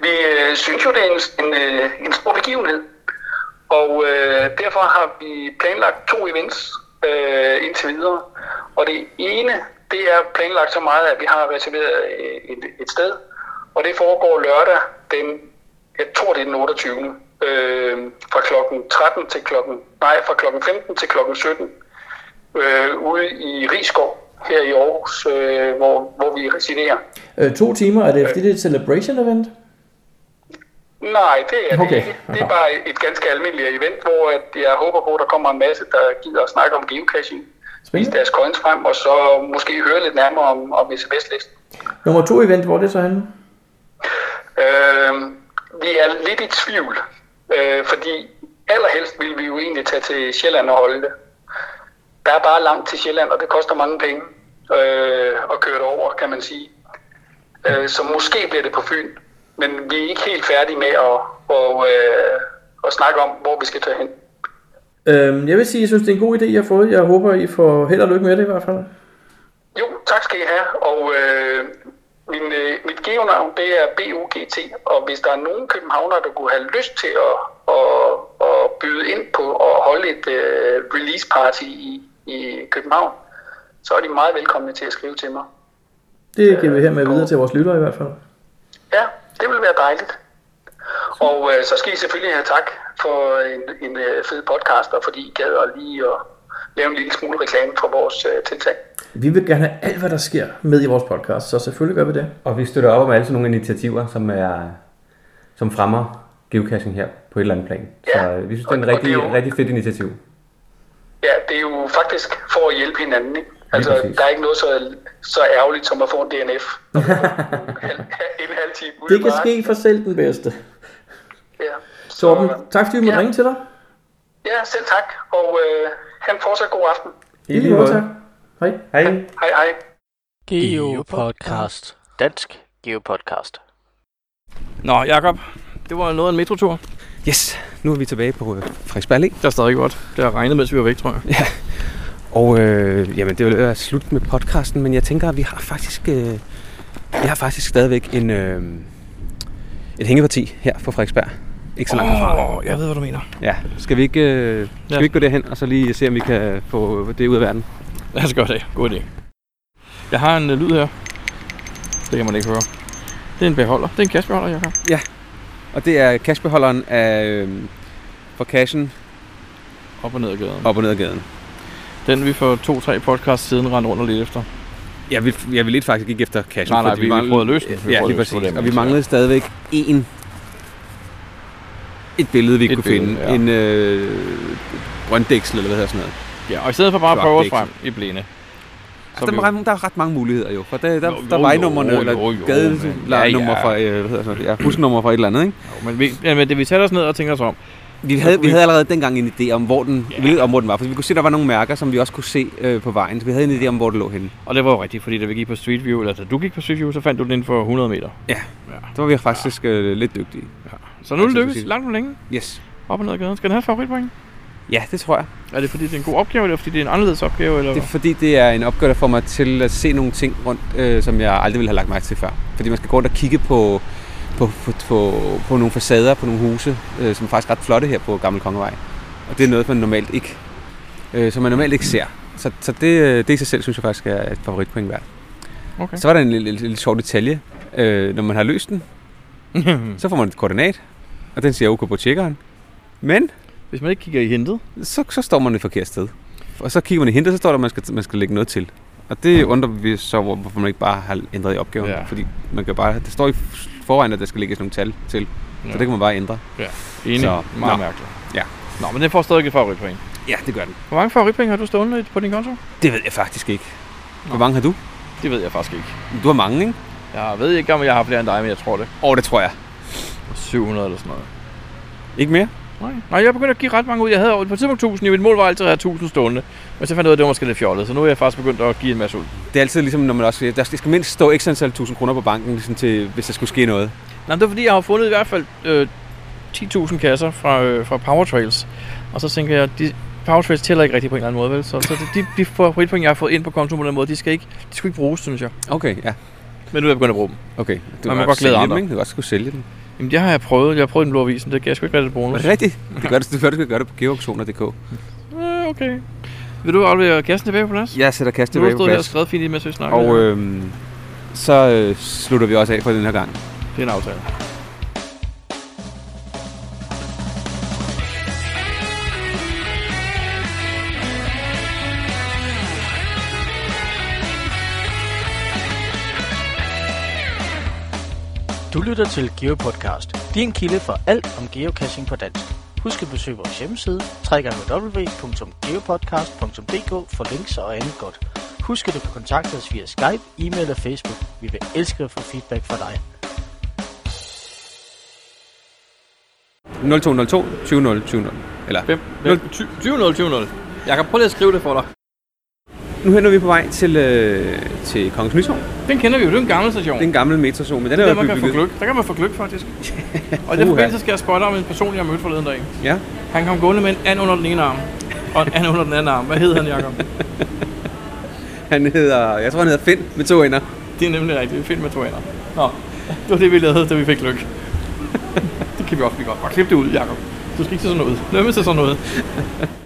[SPEAKER 4] vi øh, synes jo, det er en, en, øh, en stor begivenhed. Og øh, derfor har vi planlagt to events øh, indtil videre. Og det ene, det er planlagt så meget, at vi har reserveret øh, et, et sted. Og det foregår lørdag den, jeg tror det er den 28. Øh, fra klokken 13 til klokken, nej, fra klokken 15 til klokken 17 øh, ude i Rigskov her i Aarhus, øh, hvor, hvor vi residerer.
[SPEAKER 5] Øh, to timer, er det fordi det er et celebration event?
[SPEAKER 4] Nej, det er det
[SPEAKER 5] Okay.
[SPEAKER 4] ikke. Det er bare et ganske almindeligt event, hvor at jeg håber på, at der kommer en masse, der gider at snakke om geocaching, vise
[SPEAKER 5] Spændende.
[SPEAKER 4] deres coins frem, og så måske høre lidt nærmere om, om sms-listen.
[SPEAKER 5] Nummer to event, hvor er det så henne?
[SPEAKER 4] Øh, vi er lidt i tvivl, øh, fordi allerhelst ville vi jo egentlig tage til Sjælland og holde det. Der er bare langt til Sjælland, og det koster mange penge øh, at køre det over, kan man sige. Øh, så måske bliver det på Fyn, men vi er ikke helt færdige med at, og, øh, at snakke om, hvor vi skal tage hen.
[SPEAKER 5] Øhm, jeg vil sige, jeg synes, det er en god idé, I har fået. Jeg håber, I får held og lykke med det i hvert fald.
[SPEAKER 4] Jo, tak skal I have. Og øh, min, øh, mit geonavn, det er BUGT, og hvis der er nogen københavner, der kunne have lyst til at, at, at byde ind på at holde et øh, release party i, i København, så er de meget velkomne til at skrive til mig.
[SPEAKER 5] Det giver vi her med videre til vores lyttere i hvert fald.
[SPEAKER 4] Ja, det vil være dejligt. Og øh, så skal I selvfølgelig have tak for en, en øh, fed podcast, og fordi I gad at lige at lave en lille smule reklame for vores øh, tiltag.
[SPEAKER 5] Vi vil gerne have alt, hvad der sker med i vores podcast, så selvfølgelig gør vi det.
[SPEAKER 2] Og vi støtter op om alle sådan nogle initiativer, som, er, som fremmer geocaching her på et eller andet plan.
[SPEAKER 4] Ja.
[SPEAKER 2] Så øh, vi synes, det er en
[SPEAKER 4] Og- og det
[SPEAKER 2] rigtig,
[SPEAKER 4] er jo-
[SPEAKER 2] rigtig fedt initiativ.
[SPEAKER 4] Ja, det er jo faktisk for at hjælpe hinanden, ikke? Altså,
[SPEAKER 2] præcis. <laughs>
[SPEAKER 4] der er ikke noget så, så ærgerligt som at få en DNF. en halv 10
[SPEAKER 5] Det kan ske for selv den bedste.
[SPEAKER 4] Ja. Så,
[SPEAKER 5] Torben,
[SPEAKER 4] øh,
[SPEAKER 5] tak fordi du måtte
[SPEAKER 4] Ja.
[SPEAKER 5] ringe til dig.
[SPEAKER 4] Ja, selv tak. Og øh, han fortsat god aften.
[SPEAKER 5] I lige måde, tak. Hej.
[SPEAKER 6] Hej.
[SPEAKER 4] Hej hej.
[SPEAKER 3] Geopodcast. Dansk Geopodcast.
[SPEAKER 1] Nå, Jakob, det var noget af en metrotur.
[SPEAKER 2] Yes, nu er vi tilbage på øh, Frederiksberg Allé.
[SPEAKER 1] Det er stadig godt. Det har regnet, mens vi var væk, tror jeg.
[SPEAKER 2] Og øh, jamen, det vil være slut med podcasten, men jeg tænker, at vi har faktisk, øh, vi har faktisk stadigvæk en, øh, et hængeparti her på Frederiksberg. Ikke så langt herfra.
[SPEAKER 1] Åh, jeg ved, hvad du mener.
[SPEAKER 2] Ja, skal vi ikke, øh, skal
[SPEAKER 1] Ja.
[SPEAKER 2] vi ikke gå derhen og så lige se, om vi kan få det ud af verden?
[SPEAKER 1] Lad os gøre det. God idé. Jeg har en øh, lyd her. Det kan man ikke høre. Det er en beholder. Det er en kassebeholder, Jakob.
[SPEAKER 2] Og det er cashbeholderen af, øh, for cashen
[SPEAKER 1] Op og ned ad gaden.
[SPEAKER 2] op og ned ad gaden.
[SPEAKER 1] Den vi for to-tre podcast siden rendte rundt og lidt efter.
[SPEAKER 2] Jeg vil, jeg vil lidt faktisk ikke efter cashen.
[SPEAKER 1] Nej, nej,
[SPEAKER 2] fordi
[SPEAKER 1] vi, vi
[SPEAKER 2] manglede-
[SPEAKER 1] prøvede at løse den. Vi
[SPEAKER 2] Ja,
[SPEAKER 1] prøvede
[SPEAKER 2] lige
[SPEAKER 1] at løse
[SPEAKER 2] præcis.
[SPEAKER 1] problemet,
[SPEAKER 2] Og vi
[SPEAKER 1] så-
[SPEAKER 2] manglede stadigvæk én et billede, vi ikke
[SPEAKER 1] Et
[SPEAKER 2] kunne
[SPEAKER 1] billede,
[SPEAKER 2] finde.
[SPEAKER 1] ja.
[SPEAKER 2] En øh, brønddæksel, eller hvad hedder sådan noget.
[SPEAKER 1] Ja, og i stedet for bare at
[SPEAKER 2] Fuck,
[SPEAKER 1] prøve
[SPEAKER 2] det
[SPEAKER 1] os
[SPEAKER 2] er
[SPEAKER 1] frem i blinde.
[SPEAKER 2] Altså, der, er, ret- der er ret mange muligheder jo, for der, der,
[SPEAKER 1] Jo,
[SPEAKER 2] der er
[SPEAKER 1] jo,
[SPEAKER 2] vejnummerne,
[SPEAKER 1] jo,
[SPEAKER 2] eller
[SPEAKER 1] jo, jo, men-
[SPEAKER 2] gadenummer
[SPEAKER 1] ja,
[SPEAKER 2] ja,
[SPEAKER 1] ja.
[SPEAKER 2] ja. fra, øh, hvad hedder sådan noget, ja, husnummer fra et eller andet, ikke?
[SPEAKER 1] Men vi, ja, men det, vi sætter os ned og tænker os om.
[SPEAKER 2] Vi havde, vi havde allerede dengang en idé om, hvor den,
[SPEAKER 1] Ja.
[SPEAKER 2] yeah. hvilket område den var, for vi kunne se, der var nogle mærker, som vi også kunne se øh, på vejen, så vi havde en idé om, hvor det lå henne.
[SPEAKER 1] Og det var jo rigtigt, fordi da vi gik på Street View, eller da du gik på Street View, så fandt du den inden for 100 meter.
[SPEAKER 2] Så var vi faktisk øh, lidt dygtige.
[SPEAKER 1] Så nu
[SPEAKER 2] Ja, så
[SPEAKER 1] lykkes
[SPEAKER 2] præcis.
[SPEAKER 1] langt om længe.
[SPEAKER 2] Yes.
[SPEAKER 1] Op og ned ad gaden. Skal den have et favoritpoint?
[SPEAKER 2] Ja, det tror jeg.
[SPEAKER 1] Er det fordi, det er en god opgave, eller fordi det er en anderledes opgave? Eller?
[SPEAKER 2] Det er
[SPEAKER 1] Det...
[SPEAKER 2] fordi, det er en opgave, der får mig til at se nogle ting rundt, øh, som jeg aldrig ville have lagt mærke til før. Fordi man skal gå rundt og kigge på, på, på, på, på nogle facader, på nogle huse, øh, som er faktisk ret flotte her på Gammel Kongevej. Og det er noget, man normalt ikke, øh, som man normalt ikke ser. Så, så det, øh, det i sig selv, synes jeg faktisk er et favoritpoint værd.
[SPEAKER 1] Okay.
[SPEAKER 2] Så var der en lille, lille, lille sjov detalje. Øh, når man har
[SPEAKER 1] <laughs>
[SPEAKER 2] løst den, så får man et koordinat, og den siger OK på tjekkeren. Men
[SPEAKER 1] Hvis man ikke kigger i hintet.
[SPEAKER 2] så, så står man et forkert sted. Og så kigger man i hintet, så står der, at man skal, man skal lægge noget til. Og det undrer vi så, over, hvorfor man ikke bare har ændret i opgaven.
[SPEAKER 1] Ja.
[SPEAKER 2] Ja. Fordi man kan bare, det står i forvejen, at der skal lægges nogle tal til. Ja.
[SPEAKER 1] Ja.
[SPEAKER 2] Så det kan man bare ændre.
[SPEAKER 1] Enig.
[SPEAKER 2] Så,
[SPEAKER 1] Så,
[SPEAKER 2] nå.
[SPEAKER 1] Meget mærkeligt.
[SPEAKER 2] Ja.
[SPEAKER 1] Nå, men den får stadig et favoritpoint.
[SPEAKER 2] Ja, det gør den.
[SPEAKER 1] Hvor mange favoritpoint har du stående på din konto?
[SPEAKER 2] Det ved jeg faktisk ikke. Hvor mange har du?
[SPEAKER 1] Det ved jeg faktisk ikke.
[SPEAKER 2] Du har mange, ikke?
[SPEAKER 1] Jeg ved ikke, om jeg har flere end dig, men jeg tror det.
[SPEAKER 2] Åh, oh, det tror jeg.
[SPEAKER 1] 700 eller sådan noget.
[SPEAKER 2] Ikke mere?
[SPEAKER 1] Nej. Nej, jeg begyndte at give ret mange ud. Jeg havde over- på et tidspunkt 1000. Mit mål var altid at have 1000 stående. Men så fandt jeg ud af, at det var måske lidt fjollet. Så nu er jeg faktisk begyndt at give en masse ud.
[SPEAKER 2] Det er altid ligesom, når man også siger, der skal mindst stå x antal tusind kroner på banken, ligesom til, hvis der skulle ske noget.
[SPEAKER 1] Nej, men det er fordi, jeg har fundet i hvert fald øh, 10.000 kasser fra, øh, fra Powertrails. Og så tænker jeg, de, Powertrails tæller ikke rigtigt på en eller anden måde, vel? Så, så det- de, de favoritpoint, jeg har fået ind på kontoen på den måde, de skal ikke, de skal ikke bruges, synes jeg.
[SPEAKER 2] Okay, ja.
[SPEAKER 1] Men nu er jeg begyndt at bruge dem.
[SPEAKER 2] Okay. Du
[SPEAKER 1] Man må
[SPEAKER 2] kan
[SPEAKER 1] godt glæde
[SPEAKER 2] sælge
[SPEAKER 1] andre.
[SPEAKER 2] Dem, ikke? Du kan godt skulle sælge dem.
[SPEAKER 1] Jamen, det har jeg prøvet. Jeg har prøvet den blå avisen. Det kan jeg sgu ikke rigtig bruge.
[SPEAKER 2] Var det rigtigt? Det gør, du, du, du skal gøre det på geoauktioner.dk.
[SPEAKER 1] Øh, okay. Vil du aflevere kassen tilbage på plads?
[SPEAKER 2] Jeg sætter
[SPEAKER 1] Nu
[SPEAKER 2] kastet
[SPEAKER 1] har du
[SPEAKER 2] bag på
[SPEAKER 1] stået her og
[SPEAKER 2] plads.
[SPEAKER 1] skrevet fint i, mens vi snakker.
[SPEAKER 2] Og øhm, så øh, slutter vi også af for den her gang.
[SPEAKER 1] Det er en aftale.
[SPEAKER 3] Du lytter til GeoPodcast, din kilde for alt om geocaching på dansk. Husk at besøge vores hjemmeside, www.geopodcast.dk for links og andet godt. Husk at du kan kontakte os via Skype, e-mail og Facebook. Vi vil elske at få feedback fra dig.
[SPEAKER 2] 0202 20 20 Eller,
[SPEAKER 1] 5, 5, 20, 20, 20. Jeg kan prøve lige at skrive det for dig.
[SPEAKER 2] nu hænder vi på vej til, øh, til Kongens Nytorv. Det
[SPEAKER 1] Den kender vi jo, det er en gammel station.
[SPEAKER 2] er en gammel metrosol, men den er
[SPEAKER 1] der,
[SPEAKER 2] jo
[SPEAKER 1] man kan få
[SPEAKER 2] bygget.
[SPEAKER 1] gløk. Der kan man få gløk, faktisk. Og i den
[SPEAKER 2] Uha.
[SPEAKER 1] forbindelse skal jeg spotte om en person, jeg mødte forleden dag.
[SPEAKER 2] Ja.
[SPEAKER 1] Han kom gående med en and under den ene arm. Og en and under den anden arm. Hvad hed han, Jacob?
[SPEAKER 2] Han hedder, jeg tror han hedder Finn med to ender.
[SPEAKER 1] Det er nemlig rigtigt. Det er fint med toaner. Nå, det var det, vi lavede, da vi fik <laughs> gløk. Det kan vi også blive godt. Bare klip det ud, Jacob. Du skal ikke se sådan noget ud. Lad mig se sådan noget.